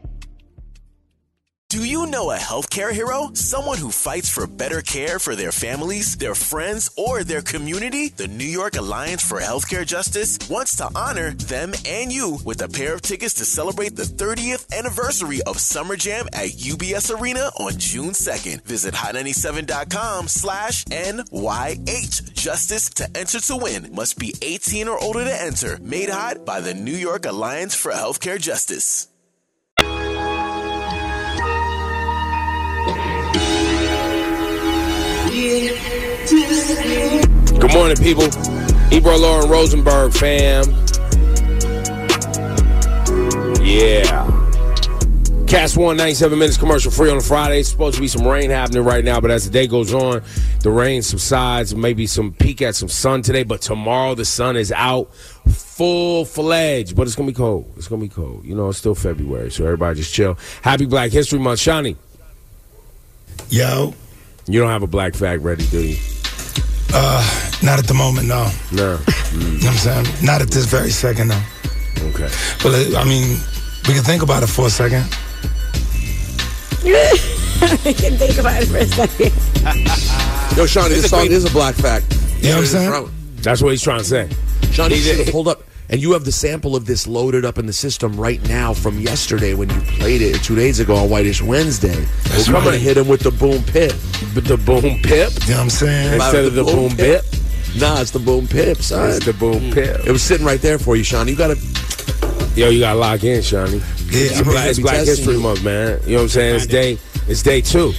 S1: Do you know a healthcare hero? Someone who fights for better care for their families, their friends, or their community? The New York Alliance for Healthcare Justice wants to honor them and you with a pair of tickets to celebrate the 30th anniversary of Summer Jam at UBS Arena on June 2nd. Visit hot97.com slash NYH Justice to enter to win. Must be 18 or older to enter. Made hot by the New York Alliance for Healthcare Justice.
S2: Good morning, people. Ebro Lauren Rosenberg, fam. Yeah. Cast 197 minutes commercial free on a Friday. It's supposed to be some rain happening right now, but as the day goes on, the rain subsides. Maybe some peak at some sun today, but tomorrow the sun is out full fledged. But it's gonna be cold. It's gonna be cold. You know, it's still February, so everybody just chill. Happy Black History Month, Shawnee.
S4: Yo.
S2: You don't have a black fact ready, do you?
S4: Uh, not at the moment, no. You
S2: No.
S4: know what I'm saying? Not at this very second, though.
S2: Okay.
S4: But uh, I mean, we can think about it for a second.
S3: [laughs] I can think about it for a
S8: [laughs]
S3: second.
S8: Yo, Sean,
S4: It's
S8: this
S4: a
S8: song
S4: great-
S8: is a black fact.
S4: You know what I'm saying?
S2: That's what he's trying to say.
S8: Sean, you
S2: He did-
S8: should have pulled up. And you have the sample of this loaded up in the system right now from yesterday when you played it two days ago on Whitish Wednesday. We're going to hit him with the boom pip.
S2: But the boom pip?
S4: You know what I'm saying?
S2: Instead of the boom bip?
S8: Nah, it's the boom pip, son. Mm.
S2: It's the boom pip.
S8: It was sitting right there for you, Sean. You got to.
S2: Yo, you gotta lock in, Shawnee. it's
S8: I mean,
S2: Black,
S8: they
S2: it's
S8: be
S2: Black
S8: testing
S2: History
S8: you.
S2: Month, man. You know what I'm saying? It's day, it's day two.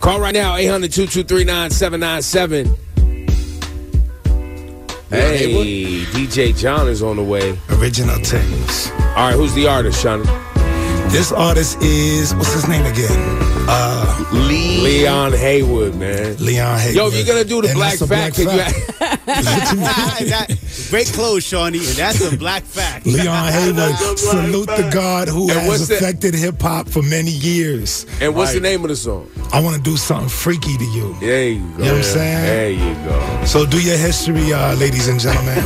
S2: Call right now, 800 223 9797. Hey, DJ John is on the way.
S4: Original Tings.
S2: All right, who's the artist, Shawnee?
S4: This artist is what's his name again? Uh,
S8: Lee
S2: Leon Haywood, man.
S4: Leon Haywood.
S2: Yo, if you're gonna do the
S4: And
S2: black
S4: that's a
S2: fact, can you
S4: black
S2: [laughs]
S13: [laughs] That- great clothes, Shawnee, and that's a black
S4: [laughs]
S13: fact.
S4: Leon Haywood, salute the God who
S13: And what's
S4: has
S13: the-
S4: affected hip hop for many years.
S2: And what's the name of the song?
S4: I want to do something freaky to you.
S2: There you go.
S4: You know what I'm saying?
S2: There you go.
S4: So do your history, uh, ladies and
S2: [laughs]
S4: gentlemen.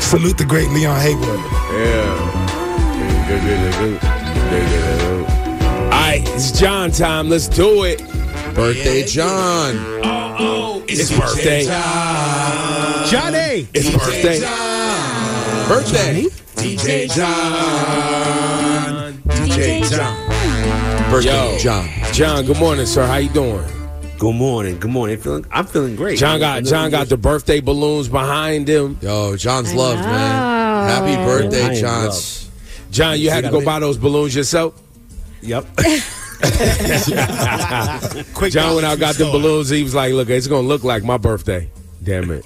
S4: Salute the great Leon Haywood.
S2: Yeah. All right, it's John time. Let's do it.
S8: Birthday John.
S2: Oh, oh it's, birthday.
S13: Johnny.
S2: It's birthday.
S8: Birthday.
S13: DJ John. DJ John.
S8: Birthday
S2: Yo,
S8: John.
S2: John, good morning, sir. How you doing?
S14: Good morning. Good morning. Feeling, I'm feeling great.
S2: John got John got the birthday balloons behind him. Uh,
S8: Yo, John's loved, man. Happy birthday, John.
S2: John, you had to go buy those balloons yourself? [laughs]
S14: Yep.
S13: Quick
S2: John went
S13: dollar
S2: out, got
S13: store.
S2: them balloons. He was like, "Look, it's gonna look like my birthday." Damn [laughs] it,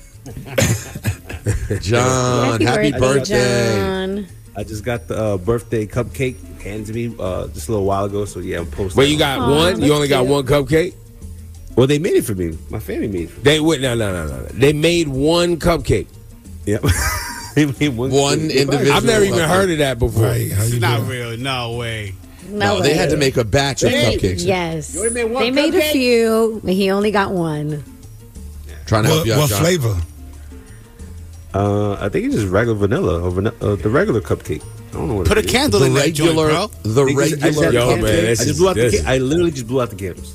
S8: John, happy birthday.
S3: John.
S14: I just got the uh, birthday cupcake handed to me uh, just a little while ago. So yeah, I'm posting.
S2: Well, you got
S14: that.
S2: one. you only got one cupcake.
S14: Well, they made it for me. My family made it. For me.
S2: They went no, no, no, no. They made one cupcake. [laughs]
S14: Yep. they made one.
S2: I've never even heard of that before.
S13: It's not real. No way.
S3: No,
S8: they had to make a batch of cupcakes.
S3: Yes.
S13: only made one
S3: they made a
S13: cupcake?
S3: few. but He only got one.
S8: Trying to help
S4: What,
S8: you out,
S4: what
S8: John.
S4: flavor?
S14: Uh, I think it's just regular vanilla or van- uh, the regular cupcake. I don't know what
S13: Put
S14: it
S13: a
S14: is.
S13: candle in that joint, bro.
S8: the
S14: I just- I just
S8: regular.
S14: had the
S2: Yo,
S14: candle.
S2: man,
S14: I
S2: this
S14: just
S2: is-
S14: blew out the
S2: this
S14: ca- I literally just blew out the candles.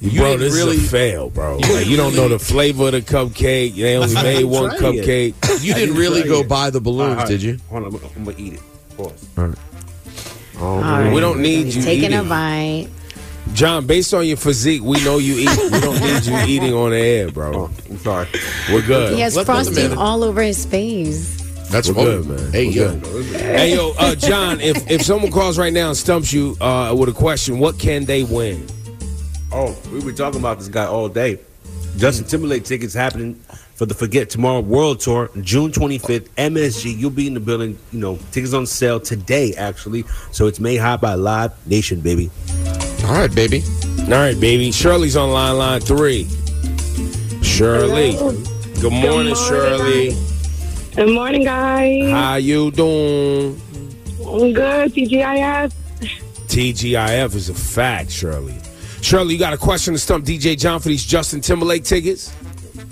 S8: You
S2: bro,
S8: didn't
S2: this
S8: really-
S2: is a fail, bro. Like, You, don't know the flavor of the cupcake. They only
S14: I
S2: made
S14: didn't
S2: one
S14: try it
S2: cupcake.
S14: yet.
S8: You didn't
S14: I didn't
S8: really
S14: try
S8: go
S14: it.
S8: buy the balloons,
S14: All right,
S8: did you?
S14: Hold on, I'm, I'm gonna eat it. Pause.
S3: All
S2: We don't need you
S3: Taking a
S2: eating.
S3: bite.
S2: John, based on your physique, we know you eat. We don't need you eating on the air, bro.
S14: Oh, I'm sorry.
S2: We're good.
S3: He has
S8: Let them
S3: frosting
S8: in.
S3: all over his face.
S8: That's
S2: We're
S8: what-
S2: good, man.
S8: Hey,
S2: We're
S8: yo.
S2: good. Hey, yo, uh, John, if, if someone calls right now and stumps you uh, with a question, what can they win?
S14: Oh, we were talking about this guy all day. Justin Timberlake tickets happening for the Forget Tomorrow World Tour, June 25th, MSG. You'll be in the building. You know, tickets on sale today, actually. So it's made hot by Live Nation, baby.
S8: All right, baby.
S2: All right, baby. Shirley's on line line three. Shirley. Good morning,
S6: morning.
S2: Shirley.
S6: Good morning, guys.
S2: How you doing?
S6: I'm good. TGIF.
S2: TGIF is a fact, Shirley. Shirley, you got a question to stump DJ John for these Justin Timberlake tickets?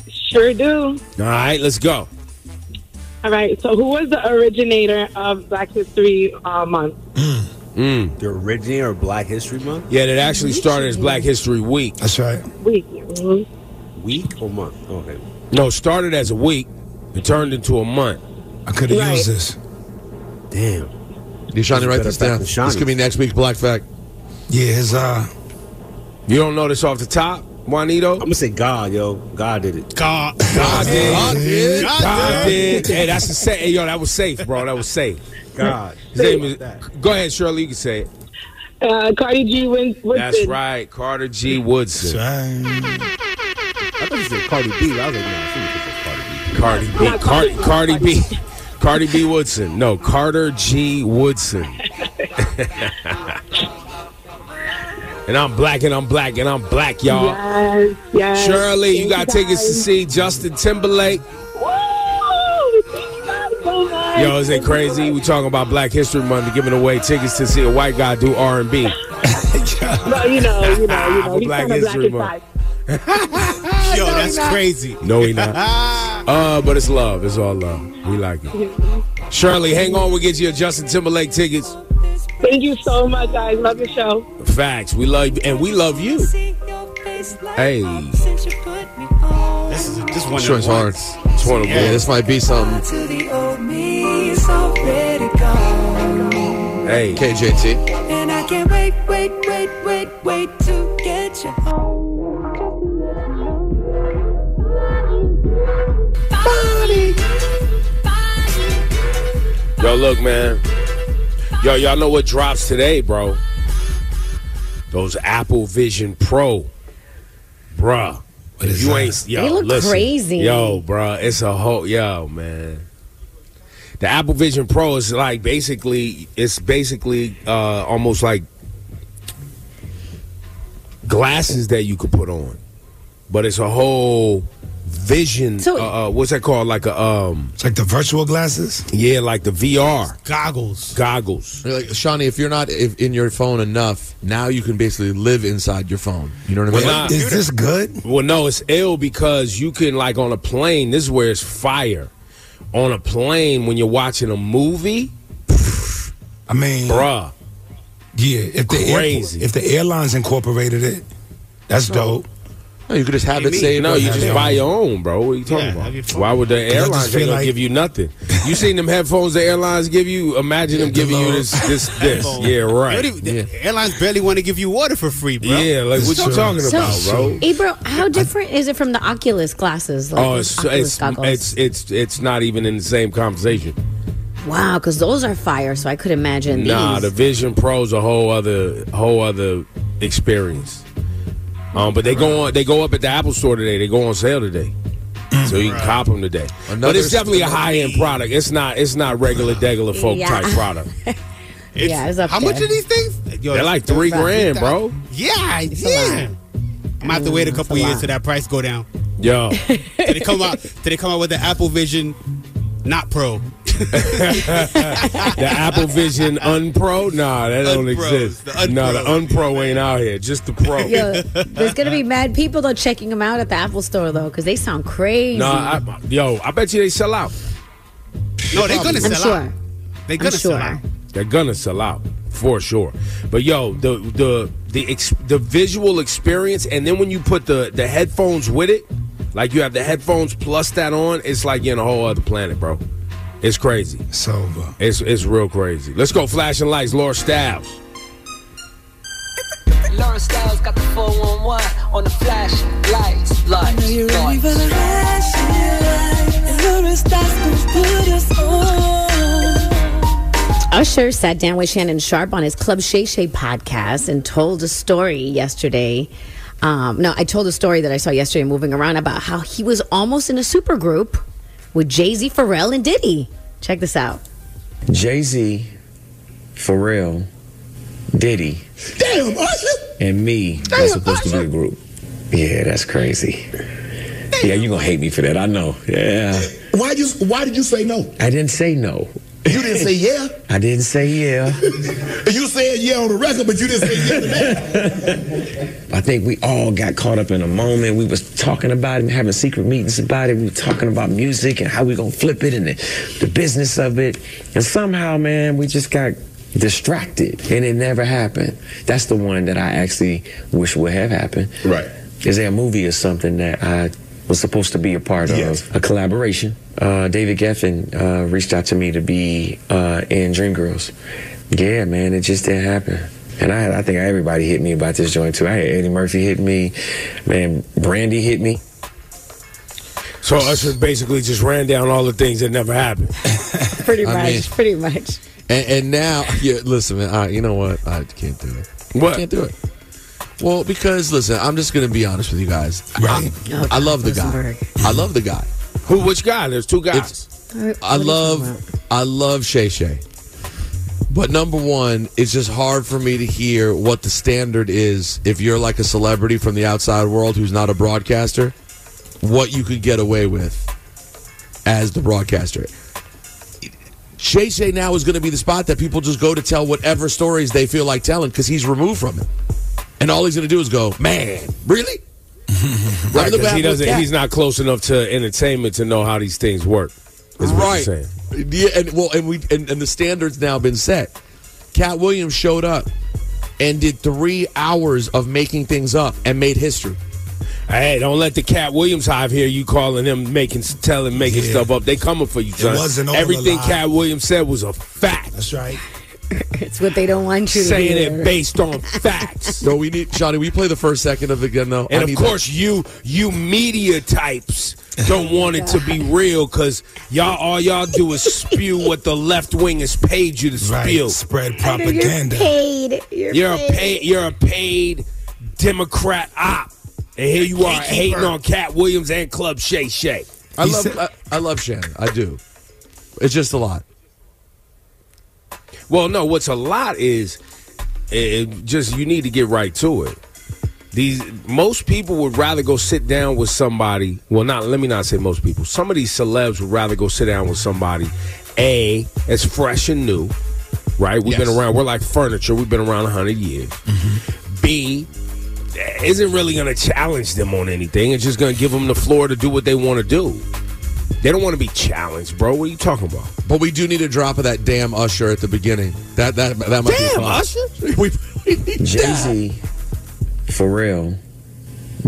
S6: Sure do.
S2: All right, let's go.
S6: All right. So, who was the originator of Black History uh, Month?
S2: Mm.
S14: The originator of Black History Month,
S2: Yeah, that actually started as Black History Week.
S4: That's right.
S6: Week. Mhm.
S14: week or month? Okay.
S2: No, it started as a week. It turned into a month.
S4: I could have
S6: Right.
S4: used this.
S14: Damn.
S8: Deshani, write this
S14: Better
S8: down. This
S14: fact than Shawnee.
S8: could be next week's Black Fact.
S4: Yeah, his uh,
S2: You don't know this off the top, Juanito?
S14: I'm gonna say God, yo. God did it.
S13: God.
S2: God did. God
S8: did.
S2: God did. Hey, that's the sa Hey, yo, that was safe, bro. That was safe.
S14: God.
S2: His name is. Go ahead, Shirley. You can say it.
S6: Uh, Cardi G Win- Woodson.
S2: That's right, Carter G. Woodson.
S4: trying-
S14: I thought you said Cardi B. I was like, nah, she was just Cardi
S2: Cardi B.
S14: B.
S2: Cardi, Cardi B. Cardi B. Woodson. No, Carter G. Woodson. [laughs] and I'm black, and I'm black, and I'm black, y'all.
S6: Yes. Yes.
S2: Shirley, you
S6: Thank
S2: got tickets to
S6: guys.
S2: see Justin Timberlake.
S6: Woo! Thank you guys so much.
S2: Yo, is it crazy? We talking about Black History Month, giving away tickets to see a white guy do R
S6: [laughs]
S2: and B.
S6: No, you know, you know, you know.
S2: For
S6: He's
S2: Black
S6: kinda black
S2: History
S6: and black.
S2: Month.
S14: [laughs]
S13: Yo, that's crazy.
S2: No, he
S6: [laughs]
S2: not. Uh, but it's love. It's all love. We like it. Shirley, hang on. We'll get you a Justin Timberlake tickets.
S6: Thank you so much, guys. Love your show.
S2: Facts. We love you, and we love you. Hey.
S13: This is this one.
S8: Sure, it's hard.
S2: It's one of
S8: Yeah,
S2: them.
S8: this might be something.
S2: Hey,
S8: KJT.
S15: And I can't wait, wait, wait, wait, wait to get you home. Body.
S2: yo, look, man. Yo, y'all know what drops today, bro? Those Apple Vision Pro, bruh. If you ain't, yo,
S3: They look
S2: listen.
S3: crazy.
S2: Yo, bruh, it's a whole, yo, man. The Apple Vision Pro is like basically, it's basically uh, almost like glasses that you could put on, but it's a whole vision.
S3: So-
S2: uh, uh, what's that called? Like a um,
S4: It's like the virtual glasses.
S2: yeah, like the VR
S13: Goggles.
S2: goggles.
S8: You're Like, Shawnee, if you're not if, in your phone enough, now you can basically live inside your phone. You know what I mean?
S2: Well, nah.
S4: Is this good?
S2: Well, no, it's ill because you can like on a plane. This is where it's fire. On a plane when you're watching a movie,
S4: I mean,
S2: bruh.
S4: yeah. If the airport-
S2: Crazy.
S4: if the airlines incorporated it, that's dope.
S8: No, you could just have it saved.
S2: No,
S8: on
S2: you
S8: your
S2: just
S8: phone.
S2: buy your own, bro. What are you
S13: Yeah,
S2: talking
S13: have your
S2: about?
S13: phone.
S2: Why would the airlines
S4: feel
S2: they don't
S4: like-
S2: give you nothing? You seen them headphones the airlines give you? Imagine them giving you
S4: little
S2: this, this, this. Yeah,
S13: Yo,
S2: right.
S13: they- the Airlines barely want to give you water for free, bro.
S2: Yeah, like what you
S4: So-
S2: talking
S3: So,
S2: about, bro?
S3: Ibro, how different is it from the Oculus glasses? Like
S2: Oh,
S3: those
S2: it's
S3: Oculus
S2: it's,
S3: goggles?
S2: it's it's it's not even in the same conversation.
S3: Wow, because those are fire, so I could imagine
S2: Nah,
S3: these.
S2: the Vision Pro's a whole other whole other experience. Um, but they go on they go up at the Apple Store today. They go on sale today, so you can cop them today. but
S8: Another
S2: it's definitely a high
S8: stability.
S2: end product. It's not it's not regular degular folk
S3: Yeah.
S2: type product.
S3: yeah, it's up
S13: How much
S3: there.
S13: are these things? [laughs] Yo,
S2: They're like three grand, bro.
S13: Yeah, yeah. I'm gonna have to wait a couple years till that price go down.
S2: Yo,
S13: Did they come out? Did they come out with the Apple Vision, not Pro?
S2: [laughs] the Apple Vision Unpro? Nah, that don't
S13: Unpros,
S2: exist.
S13: the Unpro.
S2: nah, the Unpro ain't out here. Just the Pro.
S3: [laughs] Yo, there's gonna be mad people though checking them out at the Apple Store though, because they sound crazy.
S2: Nah, I, yo, I bet you they sell out.
S13: No, they're gonna
S3: I'm
S13: sell
S3: sure.
S13: out. They're
S3: I'm
S13: gonna sell
S3: sure.
S13: out.
S2: They're gonna sell out for sure. But yo, the the the ex, the visual experience, and then when you put the the headphones with it, like you have the headphones plus that on, it's like you're in a whole other planet, bro. It's crazy.
S4: It's over.
S2: It's it's real crazy. Let's go flashing lights, Laura Styles.
S16: Lauren Styles got the 411 on the flash lights, lights, lights.
S3: Usher sat down with Shannon Sharp on his Club Shay Shay podcast and told a story yesterday. Um, no, I told a story that I saw yesterday moving around about how he was almost in a supergroup with Jay Z, Pharrell, and Diddy. Check this out.
S17: Jay Z, Pharrell, Diddy,
S4: Damn, Usher.
S17: and me was supposed to be a group. Yeah, that's crazy. Yeah, you're gonna hate me for that. I know. Yeah.
S4: Why you? Why did you say no?
S17: I didn't say no.
S4: You didn't say yeah.
S17: I didn't say yeah.
S4: You said yeah on the record, but you didn't say yeah to that.
S17: I think we all got caught up in a moment. We was talking about it and having secret meetings about it. We were talking about music and how we gonna flip it and the, the business of it. And somehow, man, we just got distracted and it never happened. That's the one that I actually wish would have happened. Right. Is there a movie or something that I was supposed to be a part of? A collaboration. Uh, David Geffen uh, reached out to me to be uh, in Dreamgirls. Yeah, man, it just didn't happen. And I, had, I think everybody hit me about this joint too. I had Eddie Murphy hit me, man. Brandy hit me.
S2: So uh, Usher basically just ran down all the things that never happened.
S3: [laughs] Pretty
S8: I
S3: much,
S8: mean-
S3: pretty much.
S8: And, and now, [laughs] yeah, listen, man. I, you know what? I can't do it.
S2: What?
S8: Can't do it. Well, because listen, I'm just gonna be honest with you guys. I,
S2: Oh,
S8: I love the guy.
S2: Rosenberg.
S8: I love the guy.
S2: Who? Which guy? There's two guys.
S8: I love, I love Shay Shay. But number one, it's just hard for me to hear what the standard is if you're like a celebrity from the outside world who's not a broadcaster, what you could get away with as the broadcaster. Shay Shay now is going to be the spot that people just go to tell whatever stories they feel like telling because he's removed from it. And all he's going to do is go, man, really?
S2: Right,
S8: Remember
S2: 'cause he
S8: what happened with
S2: doesn't.
S8: Cat?
S2: He's not close enough to entertainment to know how these things work. Is what you're saying.
S8: Yeah, and well, and we and, and the standards now been set. Cat Williams showed up and did three hours of making things up and made history.
S2: Hey, don't let the Cat Williams hive hear you calling him making, telling, making stuff up. They coming for you, son.
S4: wasn't all a
S2: Everything
S4: lie.
S2: Cat Williams said was a fact.
S4: That's right.
S3: It's what they don't want you to
S2: Saying
S3: hear.
S2: it based on facts.
S8: No, we need Johnny. We play the first second of it again, though. I
S2: And of
S8: need
S2: course, you you media types don't want it to be real because y'all all y'all do is spew what the left wing has paid you to spew.
S4: Spread
S3: You're paid. You're,
S2: You're a paid. You're a paid Democrat op, and here you are hating on Cat Williams and Club Shay Shay.
S8: that. I love I, I love Shannon. I do. It's just a lot.
S2: Well, no, what's a lot is it, it just you need to get right to it. These most people would rather go sit down with somebody. Well, not let me not say most people. Some of these celebs would rather go sit down with somebody. A, it's fresh and new, right? We've been
S8: Yes.
S2: around. We're like furniture. We've been around hundred years. B isn't really going to challenge them on anything. It's just going to give them the floor to do what they want to do. They don't want to be challenged, bro. What are you talking about?
S8: But we do need a drop of that damn Usher at the beginning. That that that might be
S2: Damn,
S8: fun.
S2: Usher.
S8: [laughs] We, we need
S17: Jay Z, Pharrell,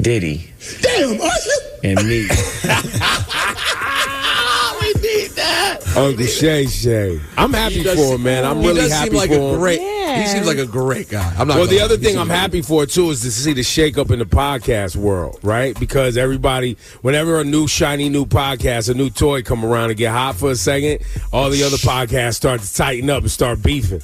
S17: Diddy,
S4: Damn, Usher.
S17: and me.
S2: ah,
S8: we need that.
S2: Uncle Shay Shay. I'm happy
S8: He does-
S2: for him, man. I'm
S8: he
S2: really
S8: does
S2: happy
S8: seem like
S2: for
S8: a
S2: him.
S8: great. He seems like a great guy. I'm not.
S2: well,
S8: gonna
S2: the
S8: lie.
S2: other
S8: He
S2: thing
S8: seems
S2: I'm
S8: like a-
S2: happy for too is to see the shakeup in the podcast world, right? Because everybody, whenever a new shiny new podcast, a new toy come around and get hot for a second, all the other podcasts start to tighten up and start beefing.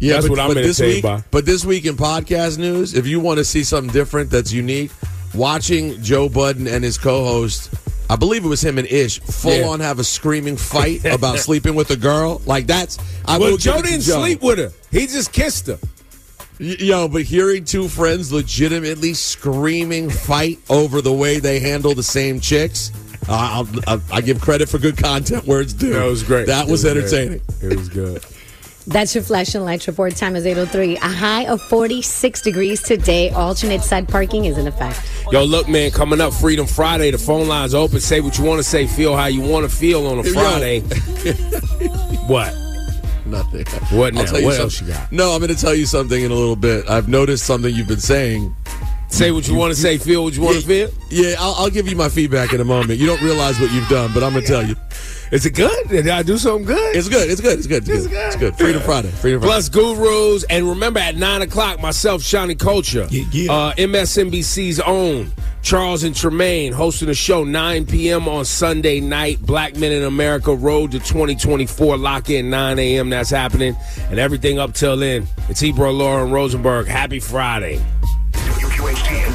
S8: Yeah,
S2: that's
S8: but,
S2: what I'm
S8: but this
S2: entertained
S8: week,
S2: by.
S8: But this week in podcast news, if you want to see something different that's unique, watching Joe Budden and his co-host, I believe it was him and Ish, full
S2: Yeah.
S8: on have a
S2: [laughs]
S8: screaming fight about sleeping with a girl. Like that's I
S2: well,
S8: will give
S2: Joe
S8: it to
S2: didn't
S8: Joe.
S2: sleep with her; he just kissed her.
S8: Y- Yo, but hearing two friends legitimately screaming fight over the way they handle the same chicks, I I'll, uh, I, I give credit for good content where it's due.
S2: That was great.
S8: That
S2: It
S8: was,
S2: great.
S8: entertaining.
S2: It was good.
S3: That's your flash and lights report. Time is 803. A high of 46 degrees today. Alternate side parking is in effect.
S2: Yo, look, man, coming up Freedom Friday. The phone lines open. Say what you want to say. Feel how you want to feel on a
S8: Yo. [laughs]
S2: Friday. what?
S8: Nothing.
S2: What
S8: I'll
S2: now?
S8: tell you
S2: What
S8: some-
S2: else you got?
S8: No, I'm going to tell you something in a little bit. I've noticed something you've been saying.
S2: Say what you wanna say, feel what you wanna feel.
S8: Yeah, I'll, I'll give you my feedback in a moment. You don't realize what you've done, but I'm going to tell you.
S2: Is it good? Did I do something good?
S8: It's good. It's good. It's good. It's, good. It's good. Freedom Friday. Freedom Friday.
S2: Plus gurus, and remember at nine o'clock, myself, Shawnee Culture, Uh, MSNBC's own Charles and Tremaine hosting a show 9 p.m. on Sunday night. Black Men in America Road to 2024. Lock in 9 a.m. That's happening, and everything up till then. It's Ebro, Laura, and Rosenberg. Happy Friday.
S9: WQHT and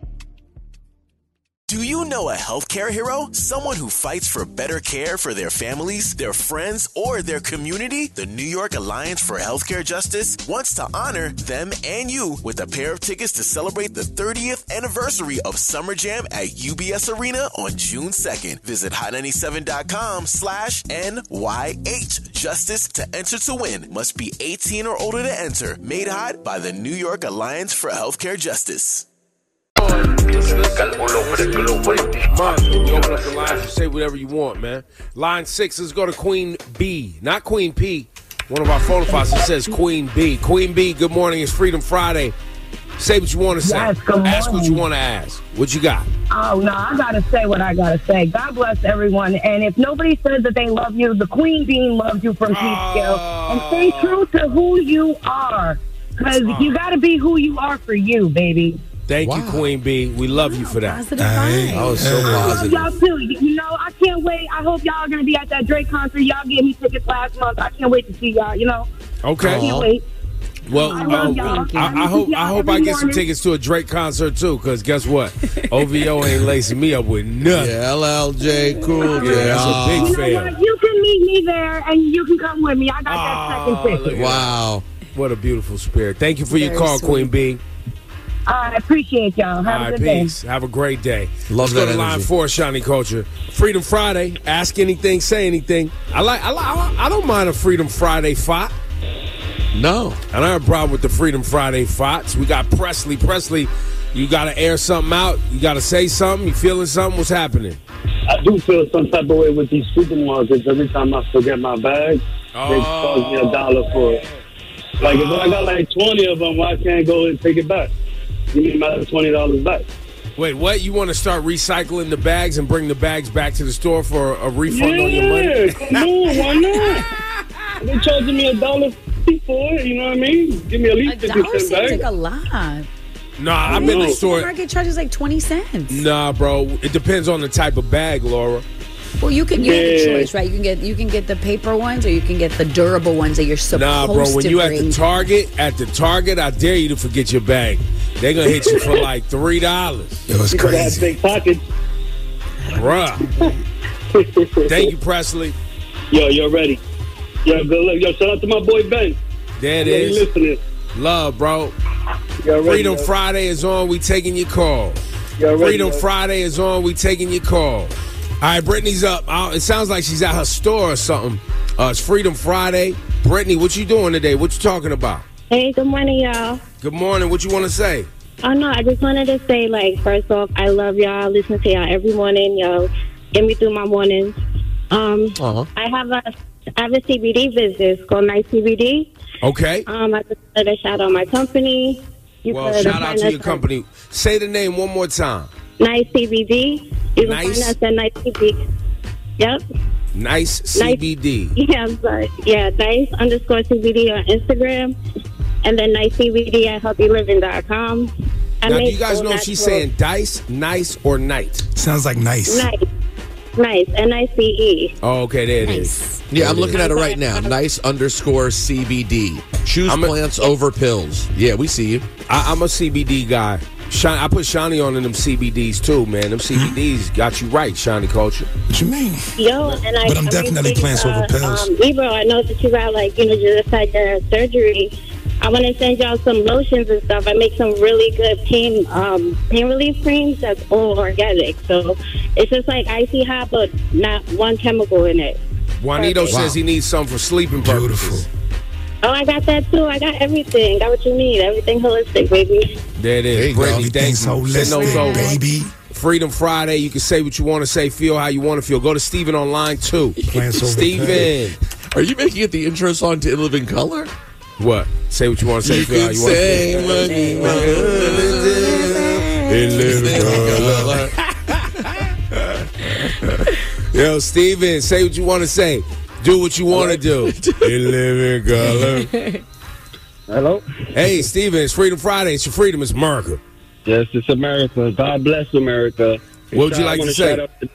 S1: Do you know a healthcare hero? Someone who fights for better care for their families, their friends, or their community? The New York Alliance for Healthcare Justice wants to honor them and you with a pair of tickets to celebrate the 30th anniversary of Summer Jam at UBS Arena on June 2nd. Visit hot97.com slash NYH Justice to enter to win. Must be 18 or older to enter. Made hot by the New York Alliance for Healthcare Justice.
S2: Month. You open up the lines, you say whatever you want, man. Line six, let's go to Queen B, not Queen P. One of our phone files that says Queen B. Queen B, good morning. It's Freedom Friday. Say what you want to say.
S18: Yes, good
S2: Ask what you
S18: morning.
S2: want to ask. What you got?
S18: Oh no, I gotta say what I gotta say. God bless everyone. And if nobody says that they love you, the Queen Bean loves you from Peekskill. And stay
S2: Oh.
S18: true to who you are, because you gotta be who you are for you, baby.
S2: Thank you, Queen B. We love you for that. I was so
S18: I love
S2: positive.
S18: y'all too. You you know, I can't wait. I hope y'all are gonna be at that Drake concert. Y'all gave me tickets last month. I can't wait to see y'all. You know.
S2: Okay.
S18: I can't wait.
S2: Well,
S18: I love
S2: um,
S18: y'all.
S2: I, I
S18: I
S2: hope
S18: listen to
S2: I
S18: y'all
S2: hope I
S18: every
S2: get some
S18: morning.
S2: tickets to a Drake concert too. Because guess what, [laughs] OVO ain't lacing me up with nothing.
S8: Yeah, LLJ Cool.
S2: Yeah, that's a big
S18: You
S2: fan.
S18: know what? You can meet me there, and you can come with me. I got that second ticket.
S8: Wow.
S2: What a beautiful spirit. Thank you for your
S18: Very
S2: call,
S18: sweet.
S2: Queen B.
S18: I appreciate y'all. Have
S2: All right,
S18: a good day.
S2: peace. Have a great day. Let's
S8: Love
S2: go
S8: that
S2: to line
S8: energy.
S2: four, Shawnee Culture. Freedom Friday. Ask anything, say anything. I like. I, like, I like- I don't mind a Freedom Friday fight.
S8: No,
S2: I don't have a problem with the Freedom Friday fights. We got Presley. Presley, you got to air something out. You got to say something. You feeling something? What's happening?
S19: I do feel some type of way with these supermarkets. Every time I forget my bag, they charge me a dollar for it. Like if I got like twenty of them, why can't I go and take it back? Give me my twenty dollars back.
S2: Wait, what? You want to start recycling the bags and bring the bags back to the store for a refund on your money?
S19: Yeah, come on, why not? They charging me a dollar fifty for it. You know what I mean? Give me at least fifty
S3: Dollar
S19: cents
S3: seems
S19: back.
S3: like a lot.
S2: [laughs] Nah, I'm in the store.
S3: Market charges like
S2: [sighs]
S3: 20 cents.
S2: Nah, bro. It depends on the type of bag, Laura.
S3: Well, you can you have a
S2: Yeah.
S3: choice, right? You can get you can get the paper ones or you can get the durable ones that you're supposed
S2: Nah, bro. When
S3: to
S2: you at
S3: bring.
S2: the Target, at the Target, I dare you to forget your bag. They're gonna hit you for like three dollars. It was
S19: crazy. Big pockets.
S2: bruh. Thank you, Presley.
S19: Yo, you're ready. Yo, good luck. Yo, shout out to my boy Ben.
S2: There it
S19: Yo, he
S2: is.
S19: listening.
S2: Love, bro.
S19: Y'all ready,
S2: Freedom
S19: yo?
S2: Friday is on. We taking your call.
S19: Y'all ready,
S2: Freedom
S19: yo?
S2: Friday is on. We taking your call. All right, Brittany's up. Uh, it sounds like she's at her store or something. Uh, it's Freedom Friday. Brittany, what you doing today? What you talking about?
S20: Hey, good morning, y'all.
S2: Good morning. What you want to say?
S20: Oh no, I just wanted to say, like, first off, I love y'all. Listen to y'all every morning. Y'all get me through my mornings. Um,
S2: Uh-huh.
S20: I have a I have a CBD business called Night CBD.
S2: Okay.
S20: Um, I just wanted to shout out my company. You
S2: well,
S20: could
S2: shout out
S20: find
S2: to
S20: us
S2: your
S20: on
S2: company. Say the name one more time.
S20: Nice CBD. You can
S2: Nice.
S20: find us at Nice CBD. Yep.
S2: Nice CBD.
S20: Yeah, I'm sorry. uh, Yeah, nice underscore CBD on Instagram, and then nice CBD at healthyliving.com. I
S2: Now, do
S20: make
S2: you guys
S20: full
S2: know if she's
S20: natural-
S2: saying dice, nice, or night?
S4: Sounds like nice.
S20: nice, nice, N I C E.
S2: Oh, okay, there it is.
S8: Yeah, I'm looking at it right now. Nice underscore CBD. Choose plants over pills.
S2: Yeah, we see you. I, I'm a CBD guy. Shine, I put Shiny on in them CBDs too, man. Them CBDs got you right, Shiny culture.
S4: What you mean?
S20: Yo, and I.
S2: But I'm definitely
S20: everything,
S2: plants over
S20: uh,
S2: pills.
S20: Um, Ebro, I know that you got like you know you just had your uh, surgery. I want to send y'all some lotions and stuff. I make some really good pain um, pain relief creams that's all organic. So it's just like icy hot, but not one chemical in it.
S2: Juanito says he needs some for sleeping purposes.
S20: Oh, I got that too. I got everything. Got what you need. Everything holistic, baby.
S2: There it is, Brittany. Thanks.
S4: holistic,
S2: baby. Freedom Friday. You can say what you want to say, feel how you want to feel. Go to Steven online too.
S8: over
S2: Steven.
S8: [laughs] Are you making it the intro song to In Living Color?
S2: What? Say what you want to say,
S8: You
S2: feel how
S8: could
S2: you want
S8: say
S2: to feel. [laughs] Yo, Steven, say what you want to say. Do what you want to do.
S8: [laughs]
S2: In living color. Hello? Hey, Steven, it's Freedom Friday. It's your freedom. It's America.
S21: Yes, it's America. God bless America.
S2: What would you
S21: I
S2: like
S21: wanna
S2: to say?
S21: shout out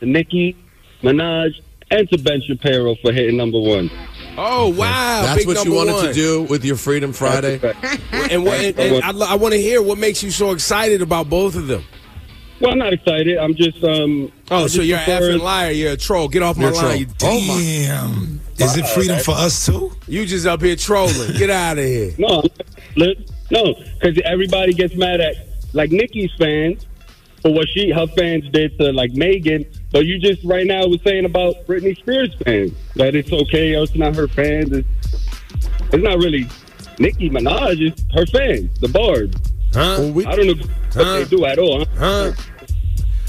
S21: To Nicki Minaj and to Ben Shapiro for hitting number one.
S2: Oh, wow.
S8: That's
S2: Big
S8: what you
S2: number
S8: wanted
S2: one.
S8: to do with your Freedom Friday.
S2: And, what, and, and I, lo- I want to hear what makes you so excited about both of them.
S21: Well, I'm not excited. I'm just um.
S2: Oh,
S21: I
S2: so
S21: just
S2: you're an
S21: prefer-
S2: effing liar. You're a troll. Get off my
S4: You're a
S2: line. You
S4: troll. Oh,
S2: damn.
S4: Is it freedom for us too?
S2: You just up here trolling. Get out of here.
S21: No, li- no, because everybody gets mad at like Nikki's fans for what she her fans did to like Megan. But you just right now was saying about Britney Spears fans that it's okay, or it's not her fans. It's, it's not really Nicki Minaj. It's her fans, the Barb's.
S2: Huh?
S21: I don't know what they do at all.
S2: Huh?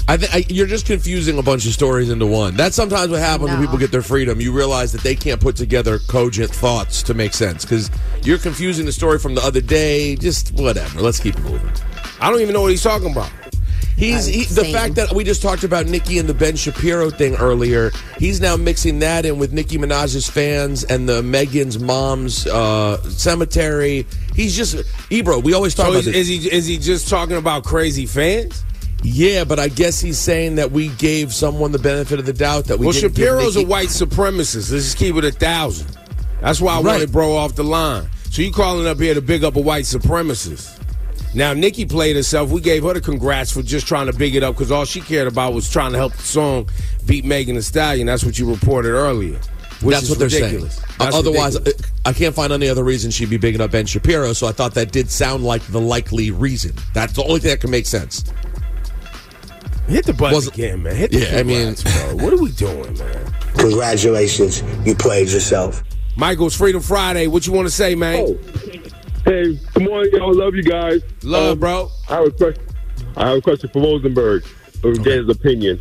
S8: I think you're just confusing a bunch of stories into one. That's sometimes what happens when people get their freedom. You realize that they can't put together cogent thoughts to make sense because you're confusing the story from the other day. Just whatever. Let's keep it moving.
S2: I don't even know what he's talking about.
S8: He's he, the
S2: same.
S8: fact that we just talked about Nicki and the Ben Shapiro thing earlier. He's now mixing that in with Nicki Minaj's fans and the Megan's mom's uh, cemetery. He's just Ebro. We always talk
S2: So
S8: about
S2: is,
S8: this.
S2: is he is he just talking about crazy fans?
S8: Yeah, but I guess he's saying that we gave someone the benefit of the doubt that we.
S2: well,
S8: didn't give
S2: Shapiro's
S8: Nicki-
S2: a white supremacist. Let's just keep it a thousand. That's why I
S8: Right.
S2: wanted bro off the line. So you calling up here to big up a white supremacist? Now Nikki played herself. We gave her the congrats for just trying to big it up because all she cared about was trying to help the song beat Megan Thee Stallion. That's what you reported earlier. Which
S8: That's
S2: is
S8: what they're
S2: ridiculous.
S8: saying.
S2: That's
S8: Uh, Otherwise,
S2: ridiculous.
S8: I I can't find any other reason she'd be bigging up Ben Shapiro. So I thought that did sound like the likely reason. That's the only thing that can make sense.
S2: hit the button
S8: Wasn't-
S2: again, man. Hit the
S8: uh, Yeah, I mean-
S2: congrats, bro. what are we doing, man?
S11: Congratulations, you played yourself.
S2: Michael's Freedom Friday. What you want to say, man?
S22: Oh. Hey, good morning, y'all. Love you guys. Um,
S2: Love, bro.
S22: I have a question. I have a question for Rosenberg of his opinion.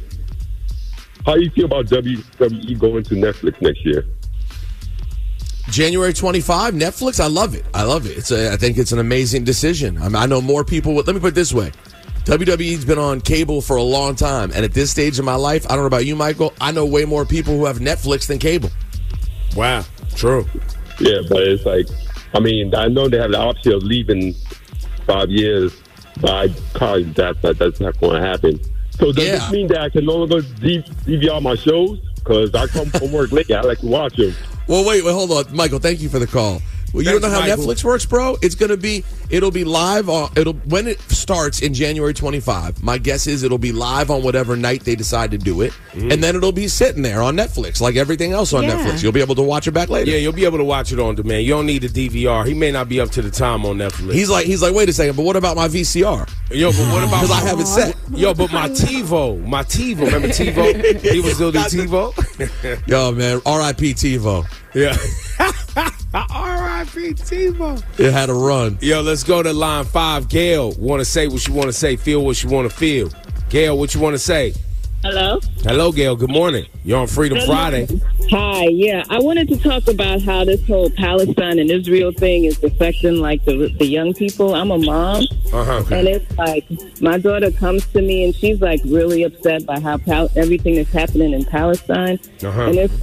S22: How you feel about
S21: E
S22: WWE going to Netflix next year?
S8: January 25, Netflix. I love it. I love it. It's a, I think it's an amazing decision. I, mean, I know more people. Would, let me put it this way WWE's been on cable for a long time. And at this stage in my life, I don't know about you, Michael, I know way more people who have Netflix than cable.
S2: Wow, true.
S22: Yeah, but it's like, I mean, I know they have the option of leaving five years, but I probably that, that that's not going to happen. So does this mean that I can no longer D- DVR my shows because I come from work late? I like to watch them.
S8: Well, wait, wait, hold on. Michael, thank you for the call. Well, you
S2: Thanks,
S8: don't know how
S2: Michael.
S8: Netflix works, bro. It's gonna be it'll be live on it'll when it starts in January 25. My guess is it'll be live on whatever night they decide to do it,
S22: Mm-hmm.
S8: and then it'll be sitting there on Netflix like everything else on
S2: Yeah.
S8: Netflix. You'll be able to watch it back later.
S2: Yeah, you'll be able to watch it on demand. You don't need a DVR. He may not be up to the time on Netflix.
S8: He's like he's like, wait a second, but what about my VCR?
S2: Yo, but what about? Because I
S8: have it set.
S2: [laughs] Yo, but my TiVo, my TiVo. Remember
S8: [laughs]
S2: TiVo? he was still the TiVo.
S8: Yo, Oh, man, R.I.P. TiVo.
S2: Yeah.
S15: R.I.P. Tebow.
S8: It had a run.
S2: Yo, let's go to line five. Gail, want to say what you want to say, feel what you want to feel. Gail, what you want to say?
S5: Hello.
S2: Hello, Gail. Good morning. You're on Freedom
S5: Good
S2: Friday.
S5: Hi. Yeah, I wanted to talk about how this whole Palestine and Israel thing is affecting like the the young people. I'm a mom,
S2: Uh
S5: and it's like my daughter comes to me and she's like really upset by how pal- everything that's happening in Palestine,
S15: Uh-huh.
S5: and it's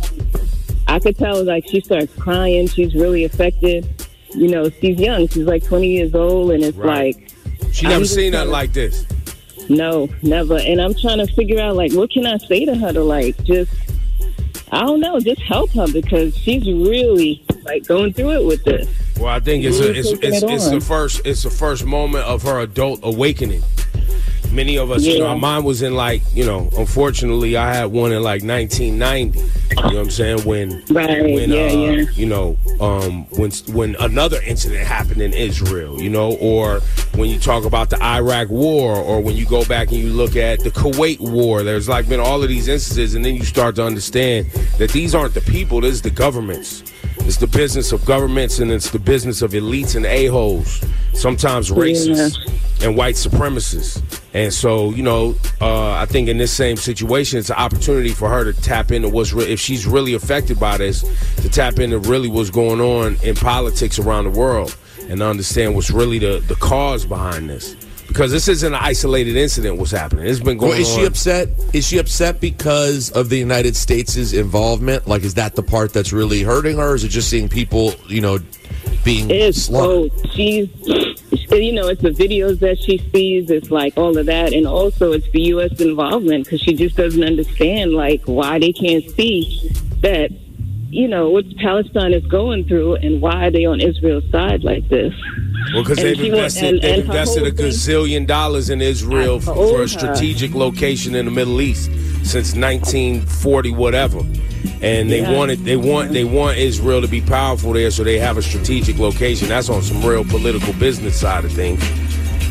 S5: I could tell like she starts crying. She's really affected. You know, she's young. She's like 20 years old, and it's
S2: Right.
S5: like
S2: She
S5: I'm
S2: never
S5: just
S2: seen nothing
S5: trying to-
S2: like this.
S5: No, never. And I'm trying to figure out like what can I say to her to like just I don't know, just help her because she's really like going through it with this.
S2: Well, I think it's a,
S5: Really
S2: it's
S5: taking
S2: it's,
S5: it
S2: it's the
S5: on.
S2: first it's the first moment of her adult awakening. Many of us, you know,
S5: Yeah.
S2: mine was in like you know. Unfortunately, I had one in like 1990. You know what I'm saying? When
S5: Right,
S2: when
S5: yeah,
S2: uh,
S5: yeah.
S2: you know um, when when another incident happened in Israel, you know, or when you talk about the Iraq War, or when you go back and you look at the Kuwait War. There's like been all of these instances, and then you start to understand that these aren't the people; this is the governments. It's the business of governments, and it's the business of elites and a holes. Sometimes racists and white supremacists. And so, you know, uh, I think in this same situation, it's an opportunity for her to tap into what's re- if she's really affected by this, to tap into really what's going on in politics around the world and understand what's really the, the cause behind this. Because this isn't an isolated incident. What's happening? It's been going.
S8: Well, is
S2: on.
S8: she upset? Is she upset because of the United States' involvement? Like, is that the part that's really hurting her? Or is it just seeing people, you know, being
S5: It's
S8: slaughtered?
S5: so she's you know, it's the videos that she sees, it's like all of that and also it's the US involvement cuz she just doesn't understand like why they can't see that you know what Palestine is going through and why are they on Israel's side like this.
S2: Well, because
S5: And
S2: they've
S5: she went-
S2: invested,
S5: and-
S2: they've
S5: and her
S2: invested a
S5: whole thing-
S2: gazillion dollars in Israel f-
S5: told
S2: for
S5: her.
S2: a strategic location in the Middle East since 1940, whatever. And they
S5: Yeah.
S2: wanted, they want, they want Israel to be powerful there, so they have a strategic location. That's on some real political business side of things.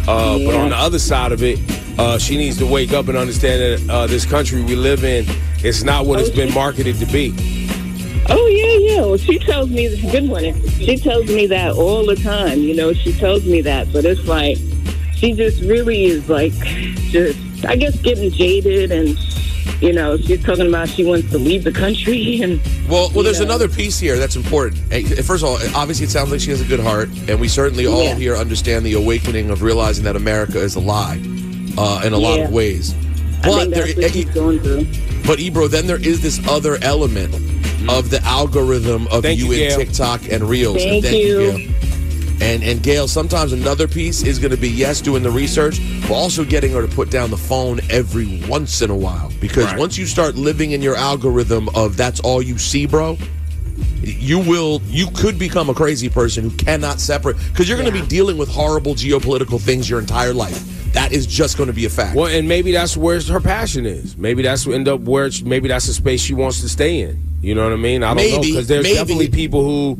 S2: Uh, But
S5: Yeah.
S2: on the other side of it, uh, she needs to wake up and understand that uh, this country we live in, it's not what it's been marketed to be.
S5: Oh yeah, yeah. Well, she tells me good morning. She tells me that all the time. You know, she tells me that, but it's like she just really is like just I guess getting jaded, and you know, she's talking about she wants to leave the country [laughs] and.
S8: Well, well,
S5: you
S8: there's
S5: know.
S8: another piece here that's important. Hey, First of all, obviously, it sounds like she has a good heart, and we certainly all
S5: Yeah.
S8: here understand the awakening of realizing that America is a lie uh, in a lot of
S5: Yeah.
S8: ways.
S5: I think that's what she's going through.
S8: But Ebro, then there is this other element of the algorithm of
S2: Thank
S8: you,
S2: you,
S8: in
S2: Gail.
S8: TikTok and Reels. and
S2: Thank you.
S8: Gail. And and Gail, sometimes another piece is going to be yes, doing the research, but also getting her to put down the phone every once in a while because
S7: Right.
S8: once you start living in your algorithm of that's all you see, bro. You will. You could become a crazy person who cannot separate because you're going to be dealing with horrible geopolitical things your entire life. That is just going to be a fact.
S2: Well, and maybe that's where her passion is. Maybe that's end up where. She, maybe that's the space she wants to stay in. You know what I mean? I don't know
S8: Maybe,
S2: because there's
S8: maybe.
S2: definitely people who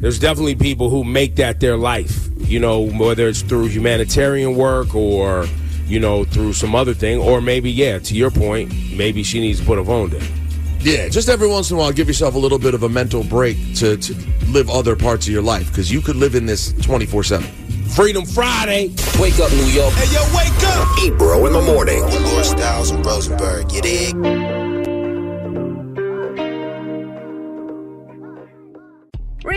S2: there's definitely people who make that their life. You know, whether it's through humanitarian work or you know through some other thing, or maybe yeah, to your point, maybe she needs to put a phone down.
S8: Yeah, just every once in a while, give yourself a little bit of a mental break to, to live other parts of your life because you could live in this 24 7.
S2: Freedom Friday.
S8: Wake up, New York.
S9: Hey, yo, wake up! Ebro in the morning.
S10: Laura Styles and Rosenberg, you dig?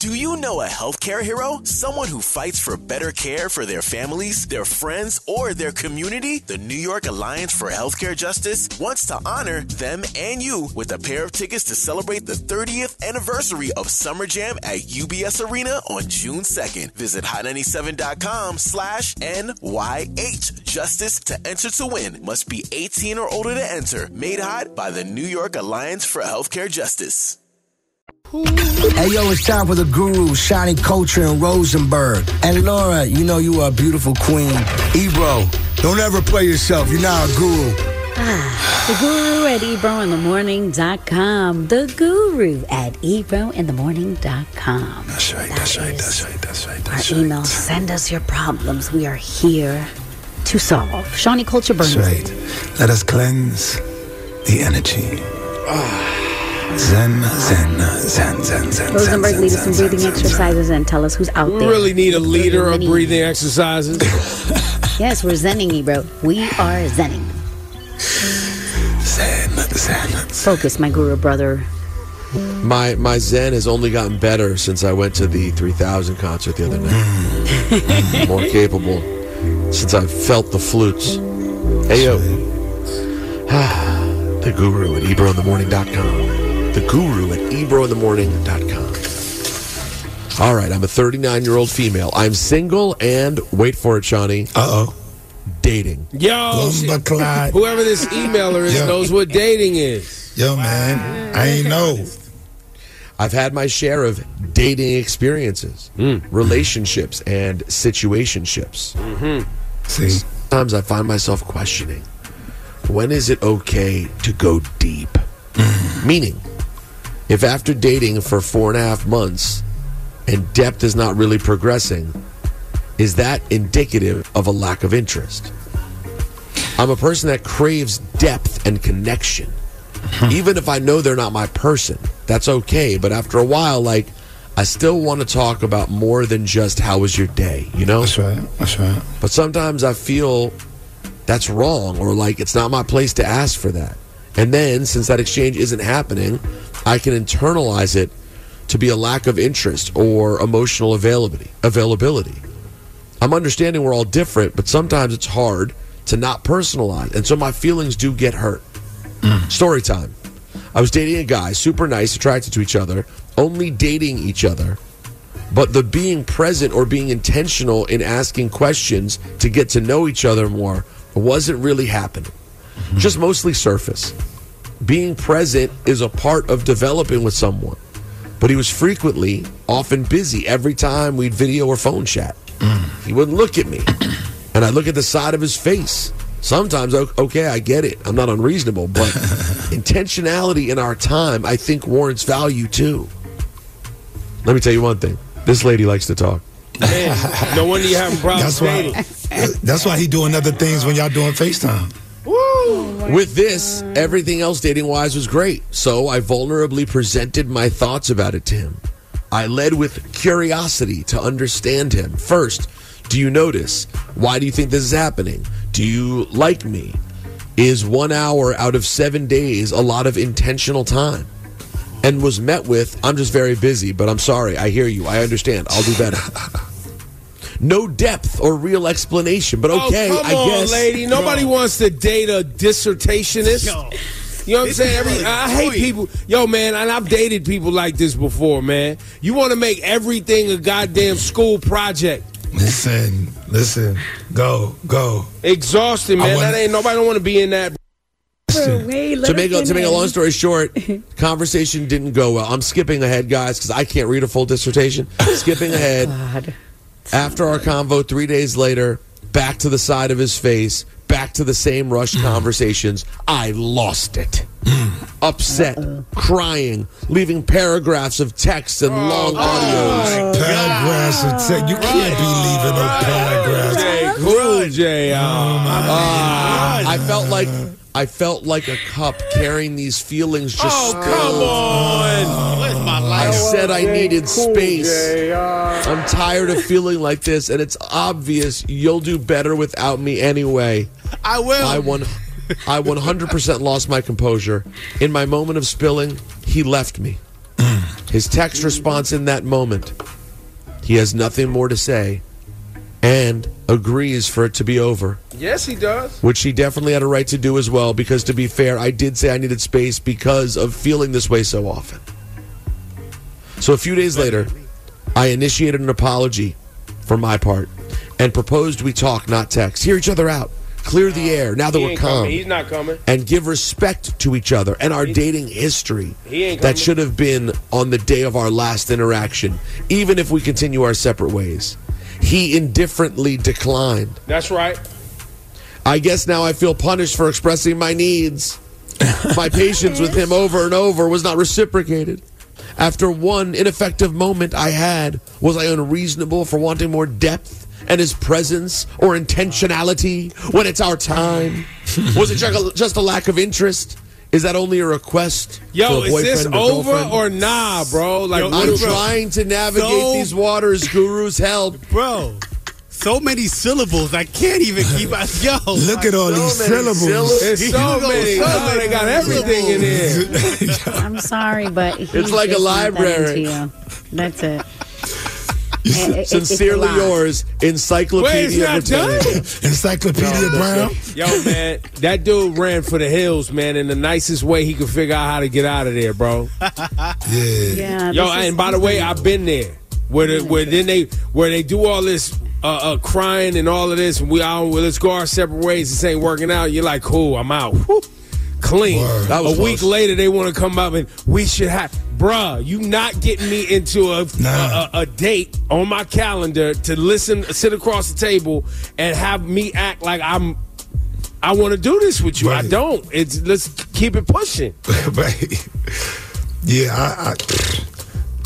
S1: Do you know a healthcare hero? Someone who fights for better care for their families, their friends, or their community? The New York Alliance for Healthcare Justice wants to honor them and you with a pair of tickets to celebrate the 30th anniversary of Summer Jam at UBS Arena on June 2nd. Visit hot97.com slash NYH justice to enter to win. Must be 18 or older to enter. Made hot by the New York Alliance for Healthcare Justice.
S11: Hey yo, it's time for the guru, Shiny Culture and Rosenberg. And Laura, you know you are a beautiful queen. Ebro, don't ever play yourself. You're not a guru.
S7: The guru at ebrointhemorning.com. The guru at ebrointhemorning.com.
S4: That's right, that's right, that's right, that's right,
S7: Our
S4: that's right.
S7: email, send us your problems. We are here to
S2: Oh,
S7: solve. Shawnee Culture Burns.
S4: That's right. Let us cleanse the energy. Zen, zen, zen, zen, zen, zen,
S7: Rosenberg,
S4: zen,
S7: lead us in
S4: zen.
S7: breathing exercises and tell us who's out
S2: We
S7: there.
S2: really need a leader of
S7: Really need-
S2: breathing exercises.
S7: Yes, we're zenning, Ebro. We are zenning.
S4: Zen, zen.
S7: Focus, my guru brother.
S8: My my Zen has only gotten better since I went to the 3000 concert the other night. More capable since I felt the flutes. Hey yo. [sighs] the guru at ebrointhemorning.com. The guru at ebrointhemorning.com. All right, I'm a 39 year old female. I'm single and, wait for it, Shawnee.
S4: Uh oh.
S8: Dating.
S2: Yo,
S4: Lumber Clyde.
S2: whoever this emailer is
S4: Yeah.
S2: knows what dating is.
S4: Yo, man, I ain't know.
S8: I've had my share of dating experiences, relationships, and situationships.
S4: See?
S8: Sometimes I find myself questioning when is it okay to go deep? Meaning, if after dating for four and a half months and depth is not really progressing, is that indicative of a lack of interest? I'm a person that craves depth and connection. [laughs] Even if I know they're not my person, that's okay. But after a while, like, I still want to talk about more than just how was your day, you know?
S4: That's right. That's right.
S8: But sometimes I feel that's wrong or like it's not my place to ask for that. And then since that exchange isn't happening, I can internalize it to be a lack of interest or emotional availability. Availability. I'm understanding we're all different, but sometimes it's hard to not personalize. And so my feelings do get hurt. Story time. I was dating a guy, super nice, attracted to each other, only dating each other. But the being present or being intentional in asking questions to get to know each other more wasn't really happening. Just mostly surface. Being present is a part of developing with someone. But he was frequently, often busy every time we'd video or phone chat. He wouldn't look at me. And I look at the side of his face. Sometimes, o- okay, I get it. I'm not unreasonable, but intentionality in our time, I think, warrants value too. Let me tell you one thing this lady likes to talk.
S2: Man, no wonder you having problems
S4: That's why.
S2: dating.
S4: [laughs] That's why he doing other things when y'all doing FaceTime.
S8: With this, everything else dating wise was great. So I vulnerably presented my thoughts about it to him. I led with curiosity to understand him. First, do you notice? Why do you think this is happening? Do you like me? Is one hour out of seven days a lot of intentional time? And was met with, I'm just very busy, but I'm sorry. I hear you. I understand. I'll do
S2: [laughs]
S8: better. No depth or real explanation, but okay,
S2: oh, come
S8: I
S2: on,
S8: guess.
S2: lady. Nobody wants to date a dissertationist. You know what I'm saying? Every, I hate people. Yo, man, and I've dated people like this before, man. You want to make everything a goddamn school project.
S4: Listen, listen, go, go.
S2: Exhausting,
S4: I
S2: man.
S4: wanna-
S2: that ain't nobody don't want to be in that.
S8: to make a, to make a long story short, conversation didn't go well. I'm skipping ahead, guys, because I can't read a full dissertation. skipping ahead. After our convo, three days later, back to the side of his face, back to the same rushed conversations. I lost it. [clears throat] Upset, crying, leaving paragraphs of text and long audios.
S4: Paragraphs of text. You can't be leaving no paragraphs. Oh,
S2: Jay, cool, Jay. Um,
S8: Ah, I felt like I felt like a cup carrying these feelings just
S2: oh, come on.
S13: What is my
S8: I
S13: life?
S8: said I needed space.
S2: Jay, uh,
S8: I'm tired of feeling like this, and it's obvious you'll do better without me anyway.
S13: I will.
S8: I won. I 100% lost my composure. In my moment of spilling, he left me. His text response in that moment, he has nothing more to say and agrees for it to be over,
S2: Yes, he does.
S8: which he definitely had a right to do as well because, to be fair, I did say I needed space because of feeling this way so often. So a few days later, I initiated an apology for my part and proposed we talk, not text, hear each other out, clear the air now that
S2: He
S8: we're
S2: ain't
S8: calm
S2: coming. He's not coming.
S8: and give respect to each other and our dating history
S2: He ain't
S8: that
S2: coming.
S8: should have been on the day of our last interaction, even if we continue our separate ways. He indifferently declined.
S2: That's right.
S8: I guess now I feel punished for expressing my needs. My patience with him over and over was not reciprocated. After one ineffective moment I had, was I unreasonable for wanting more depth and his presence or intentionality when it's our time? Was it ju- just a lack of interest? Is that only a request?
S2: Yo,
S8: for a
S2: is this
S8: boyfriend or
S2: over
S8: girlfriend?
S2: or nah, bro? Like,
S8: I'm
S2: what is-
S8: trying to navigate these waters, Guru's help.
S13: Bro, so many syllables. I can't even keep out. Yo.
S11: Look at all these syllables.
S13: It's so many.
S2: Oh, they got everything in there.
S3: I'm sorry, but he
S8: It's like a
S3: just not that
S8: library.
S3: into you. That's it. It- it- it's a
S8: Sincerely
S3: lot.
S8: yours, Encyclopedia Britannica.
S11: Encyclopedia Brown.
S2: Yo, man, that dude ran for the hills, man, in the nicest way he could figure out how to get out of there, bro.
S3: Yeah.
S2: Yo,
S3: this is-
S2: and by the way, I've been there where the, where then they where they do all this uh, uh, crying and all of this, and we all well, let's go our separate ways. This ain't working out. You're like, cool, I'm out. Whew. Clean.
S8: That was
S2: A week
S8: close.
S2: later, they want to come up and we should have, bruh. You not getting me into a, a, a a date on my calendar to listen, sit across the table, and have me act like I'm. I want to do this with you. I don't. It's let's keep it pushing.
S11: right. Yeah, I, I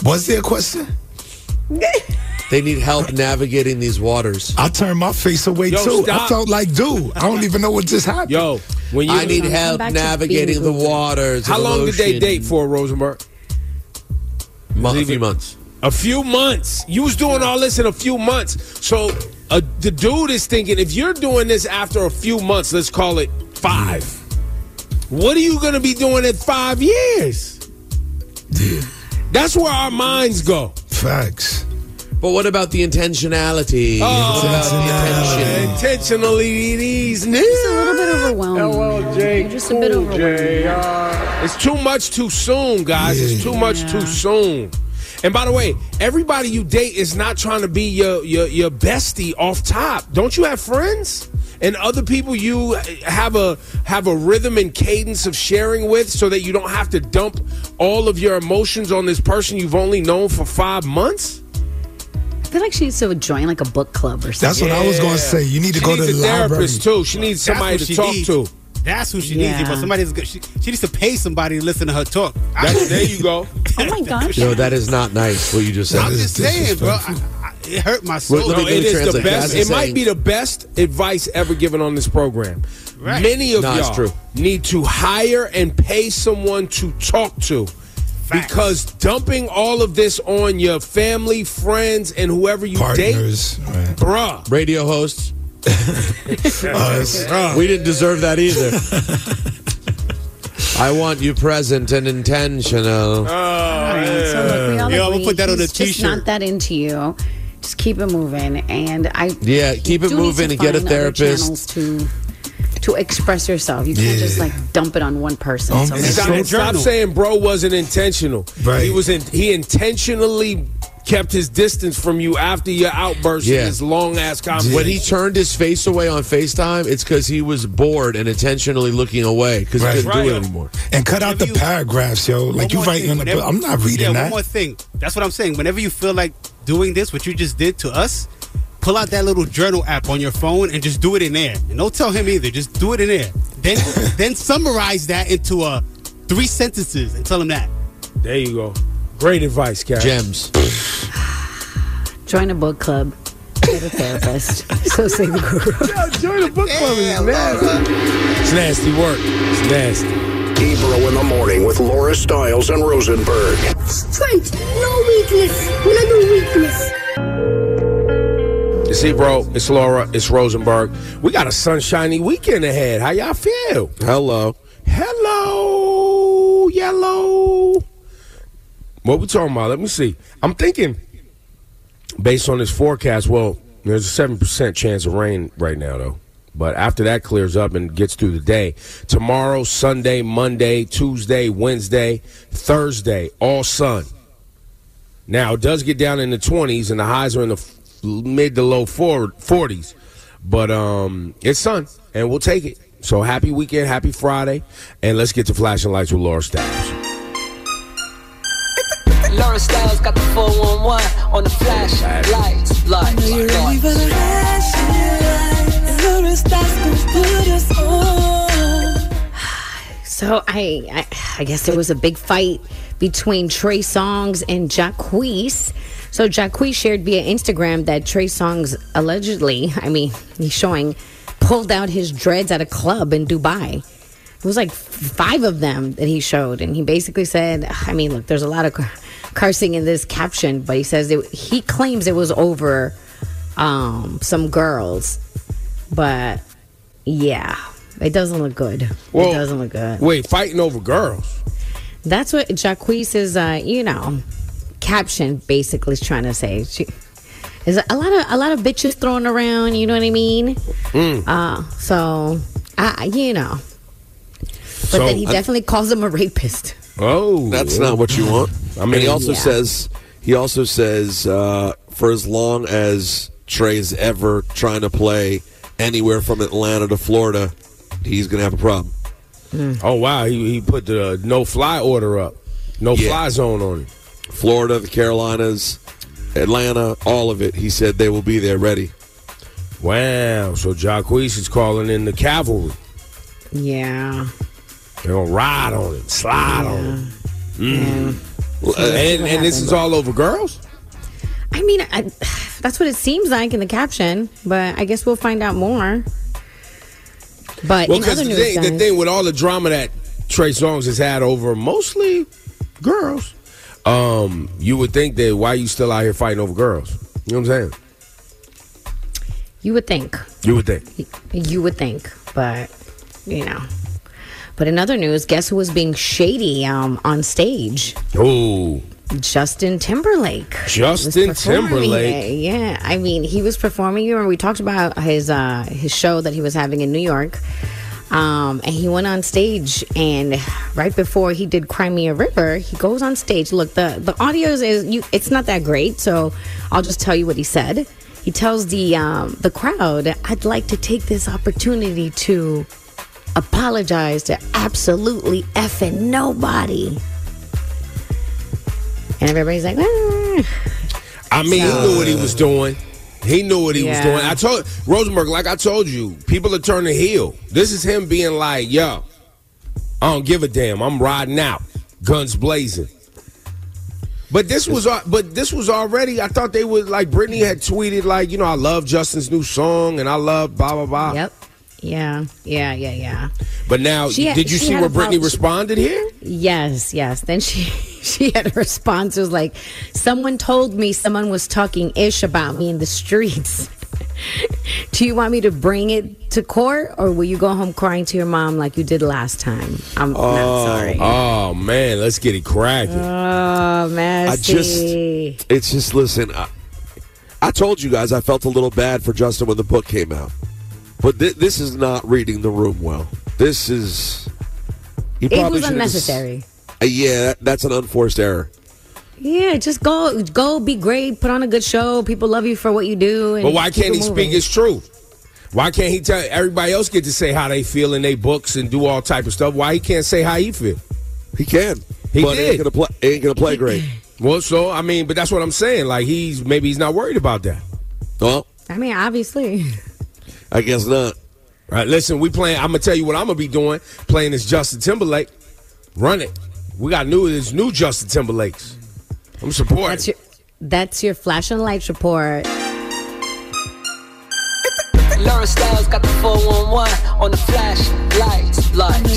S11: was there a question?
S8: [laughs] They need help navigating these waters.
S11: I turned my face away
S8: Yo,
S11: too. I
S8: stop.
S11: felt like, dude, I don't even know what just happened.
S2: Yo, when you
S8: I need help
S3: back to
S8: navigating the
S3: being
S8: waters.
S2: How long did they date for, Rosenberg?
S8: Month, a few months.
S2: A few months. You was doing all this in a few months. So uh, the dude is thinking, if you're doing this after a few months, let's call it five. What are you going to be doing at five
S8: [laughs]
S2: years? That's where our minds go.
S11: Facts.
S8: But what about the intentionality? What about
S2: Oh,
S8: the intention?
S2: Intentionally, these
S3: Just a little bit overwhelmed. You're just a bit overwhelmed.
S2: It's too much too soon, guys. It's too much too soon. And by the way, everybody you date is not trying to be your, your your bestie off top. Don't you have friends and other people you have a have a rhythm and cadence of sharing with, so that you don't have to dump all of your emotions on this person you've only known for five months?
S3: I feel like she needs to join like a book club or
S11: That's
S3: something.
S11: what I was going to say. You need to
S2: She
S11: go
S2: needs
S11: to the
S2: a
S11: library.
S2: therapist too. She needs somebody
S13: That's
S2: to
S13: who
S2: talk
S13: she
S2: to.
S13: needs. That's who she
S3: Yeah.
S13: needs. But somebody's good. She, she needs to pay somebody to listen to her talk.
S2: That's, there you go.
S3: Oh
S13: [laughs]
S3: my gosh.
S8: No, that is not nice. What you just said.
S13: I'm just
S8: [laughs]
S13: saying, bro. I, I, it hurt my soul.
S8: Wait, let
S2: No,
S8: me-
S2: it is the
S8: translate.
S2: best.
S8: That's
S2: It might
S8: insane.
S2: be the best advice ever given on this program.
S13: Right.
S2: Many of
S8: No, it's
S2: y'all
S8: true.
S2: need to hire and pay someone to talk to.
S13: Facts.
S2: Because dumping all of this on your family, friends, and whoever you
S11: Partners.
S2: date, bruh. [laughs]
S8: Radio hosts. Uh,
S11: [laughs] Us.
S8: We didn't deserve
S11: [laughs]
S8: that either. I want you present and intentional.
S3: All right, so look, we all
S13: Yo, I'ma
S3: agree
S13: put that on
S3: he's
S13: a
S3: Just
S13: t-shirt.
S3: not that into you. Just keep it moving, and I
S8: Yeah, keep it
S3: do need
S8: moving
S3: to
S8: and get a
S3: find other
S8: therapist.
S3: channels to to express yourself. You can't just like dump it on one person.
S11: Um,
S3: so
S11: it's
S3: it's
S11: so- Journal.
S2: Stop, stop saying bro wasn't intentional.
S11: Right.
S2: He was in, he intentionally kept his distance from you after your outburst
S8: Yeah.
S2: in his long ass conversation.
S8: When he turned his face away on FaceTime, it's because he was bored and intentionally looking away because
S11: Right.
S8: he couldn't
S2: Right.
S8: do it anymore.
S11: And cut out the
S13: Whenever you-
S11: paragraphs, yo. Like
S13: One
S11: you
S13: more
S11: writing
S13: thing,
S11: on the
S13: whenever-
S11: book. I'm not
S13: yeah,
S11: reading
S13: One more
S11: that.
S13: thing. That's what I'm saying. Whenever you feel like doing this, what you just did to us, pull out that little journal app on your phone and just do it in there. And don't tell him either. Just do it in there. Then [laughs] then summarize that into uh, three sentences and tell him that.
S2: there you go. Great advice, Cat.
S8: Gems.
S3: join a book club. Get a
S2: [laughs]
S3: therapist. so say the guru.
S2: Join the book club is nasty. It's nasty work. It's nasty.
S9: Ebro in the morning with Laura Stiles and Rosenberg.
S15: Strength, no weakness. We not do weakness.
S2: It's Ebro. It's Laura. It's Rosenberg. We got a sunshiny weekend ahead. How y'all feel?
S8: Hello.
S2: Hello, yellow. What we talking about? Let me see. I'm thinking, based on this forecast, well, there's a seven percent chance of rain right now, though. But after that clears up and gets through the day, tomorrow, Sunday, Monday, Tuesday, Wednesday, Thursday, all sun. Now it does get down in the 20s, and the highs are in the f- mid to low four- 40s. But um, it's sun, and we'll take it. So happy weekend, happy Friday, and let's get to flashing lights with Laura Stiles.
S16: Laura Styles got the 411 on the flash lights, lights,
S3: So I, I, I guess there was a big fight between Trey Songz and Jacquees. So Jacquees shared via Instagram that Trey Songz allegedly, I mean, he's showing, pulled out his dreads at a club in Dubai. It was like five of them that he showed, and he basically said, I mean, look, there's a lot of cursing in this caption, but he says it, he claims it was over um, some girls, but yeah, it doesn't look good.
S2: Well,
S3: it doesn't look good.
S2: Wait, fighting over girls.
S3: That's what Jacquees is, uh, you know, caption basically is trying to say. She is a lot of a lot of bitches thrown around. You know what I mean?
S2: Mm.
S3: Uh, so, I, you know, but
S8: So-
S3: then he
S8: I-
S3: definitely calls him a rapist.
S2: Oh,
S8: that's not what you want. I mean, he also
S3: Yeah.
S8: says he also says uh, for as long as Trey's ever trying to play anywhere from Atlanta to Florida, he's gonna have a problem.
S3: Hmm.
S2: Oh wow, he, he put the no fly order up, no fly zone on him.
S8: Florida, the Carolinas, Atlanta, all of it. He said they will be there ready.
S2: Wow, so Jacquees is calling in the cavalry.
S3: Yeah.
S2: They're gonna ride on him, slide on him. Mm. And, and this is all over girls.
S3: I mean, I, that's what it seems like in the caption, but I guess we'll find out more. But
S2: well,
S3: in other
S2: the
S3: news,
S2: thing, the
S3: guys-
S2: thing with all the drama that Trey Songz has had over mostly girls, um, you would think that why you still out here fighting over girls? You know what I'm saying?
S3: you would think.
S2: You would think.
S3: You would think, but you know. But in other news, guess who was being shady um, on stage?
S2: Oh,
S3: Justin Timberlake.
S2: Justin
S3: was performing
S2: Timberlake.
S3: it. Yeah, I mean, he was performing. You remember we talked about his uh, his show that he was having in New York, um, and he went on stage. And right before he did Crimea River, he goes on stage. Look, the the audio is, is you. It's not that great, so I'll just tell you what he said. He tells the um, the crowd, "I'd like to take this opportunity to apologize to absolutely effing nobody." And everybody's like, "Ah."
S2: I mean, he knew what he was doing. He knew what he was
S3: Yeah.
S2: doing. I told Rosenberg, like I told you, people are turning heel. This is him being like, yo, I don't give a damn. I'm riding out, guns blazing. But this was, al- but this was already. I thought they would like. Britney had tweeted like, you know, I love Justin's new song, and I love blah blah blah.
S3: Yep. Yeah, yeah, yeah, yeah.
S2: But now,
S3: She had-
S2: did you
S3: she
S2: see
S3: had
S2: where
S3: about-
S2: Britney responded here?
S3: Yes, yes. Then she [laughs] she had a response it was like, "Someone told me someone was talking ish about me in the streets. [laughs] Do you want me to bring it to court, or will you go home crying to your mom like you did last time?" I'm
S8: Oh,
S3: not sorry.
S2: Oh man, let's get it cracking.
S3: Oh, messy.
S8: I just, it's just listen. I, I told you guys I felt a little bad for Justin when the book came out, but thi- this is not reading the room well. This is he
S3: it
S8: probably
S3: was
S8: should've just-
S3: unnecessary.
S8: Uh, yeah, that, that's an unforced error.
S3: Yeah, just go, go, be great, put on a good show. People love you for what you do. And
S2: But why
S3: keep
S2: can't
S3: it
S2: he
S3: moving.
S2: speak his truth? Why can't he tell everybody else get to say how they feel in their books and do all type of stuff? Why he can't say how he feel?
S8: He can.
S2: He
S8: but
S2: did.
S8: Ain't gonna play, ain't gonna play great.
S2: Well, so I mean, but that's what I'm saying. Like he's maybe he's not worried about that.
S8: Well,
S3: I mean, obviously. [laughs]
S8: I guess not.
S2: All right, listen, we playing. I'm gonna tell you what I'm gonna be doing. Playing this Justin Timberlake. Run it. We got new. This new Justin Timberlakes. I'm supporting.
S3: That's your, that's your flash and lights report.
S16: Laura Styles got the 411 on the flash lights, lights,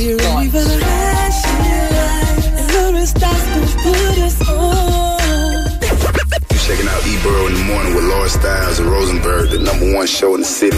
S10: You checking out Ebro in the morning with Laura Styles and Rosenberg, the number one show in the city.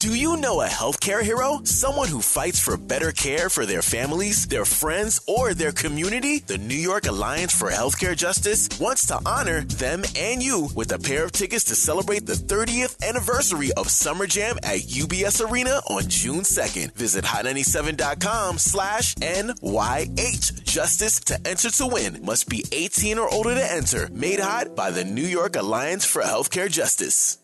S1: Do you know a healthcare hero? Someone who fights for better care for their families, their friends, or their community? The New York Alliance for Healthcare Justice wants to honor them and you with a pair of tickets to celebrate the 30th anniversary of Summer Jam at UBS Arena on June 2nd. Visit hot97.com slash NYH Justice to enter to win. Must be 18 or older to enter. Made hot by the New York Alliance for Healthcare Justice.